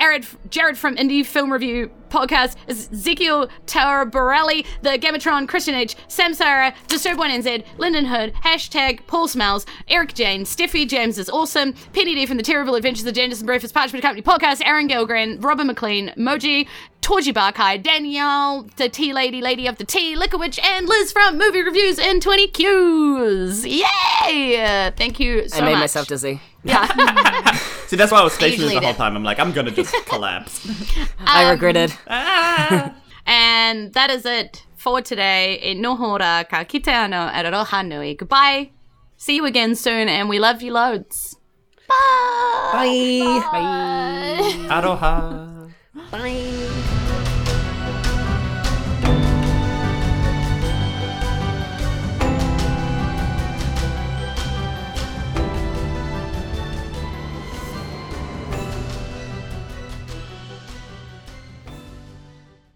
A: Jared, Jared from Indie Film Review Podcast, Ezekiel Tower Borelli, The Gamatron, Christian H, Sam Sarah, Disturb One NZ, Lyndon Hood, hashtag Paul Smells, Eric Jane, Steffi James is awesome, Penny D from the Terrible Adventures of Jandis and Breakfast Parchment Company Podcast, Aaron Gilgren, Robin McLean, Moji, Torji Barkai, Danielle, the Tea Lady, Lady of the Tea, Liquor Witch, and Liz from Movie Reviews and 20 Qs. Yay! Thank you so
E: I made
A: much.
E: myself dizzy.
D: See, that's why I was stationary
A: usually
D: the whole
A: do.
D: time. I'm like, I'm gonna just collapse.
E: I regretted.
D: Um,
A: And that is it for today. E noho rā ka kite ano aroha nui. Goodbye. See you again soon, and we love you loads.
D: Aroha.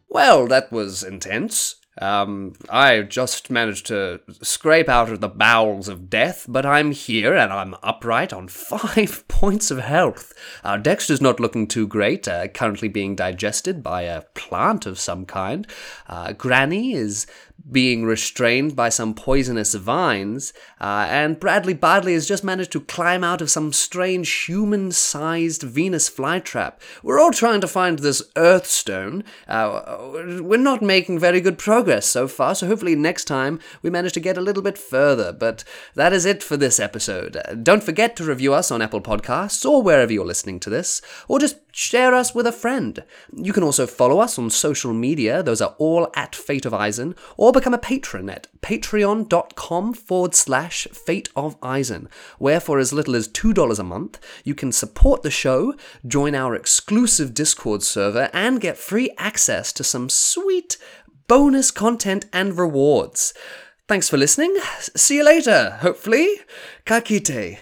C: Well, that was intense. Um, I just managed to scrape out of the bowels of death, but I'm here and I'm upright on five points of health. Uh, Dexter's not looking too great, uh, currently being digested by a plant of some kind. Uh, Granny is being restrained by some poisonous vines, uh, and Bradley Badley has just managed to climb out of some strange human sized Venus flytrap. We're all trying to find this Earthstone. Uh, we're not making very good progress so far, so hopefully next time we manage to get a little bit further. But that is it for this episode. Uh, Don't forget to review us on Apple Podcasts or wherever you're listening to this, or just share us with a friend. You can also follow us on social media, those are all at Fate of Eisen, or become a patron at patreon.com forward slash Fate of Eisen, where for as little as $2 a month, you can support the show, join our exclusive Discord server, and get free access to some sweet bonus content and rewards. Thanks for listening. See you later, hopefully. Kakite.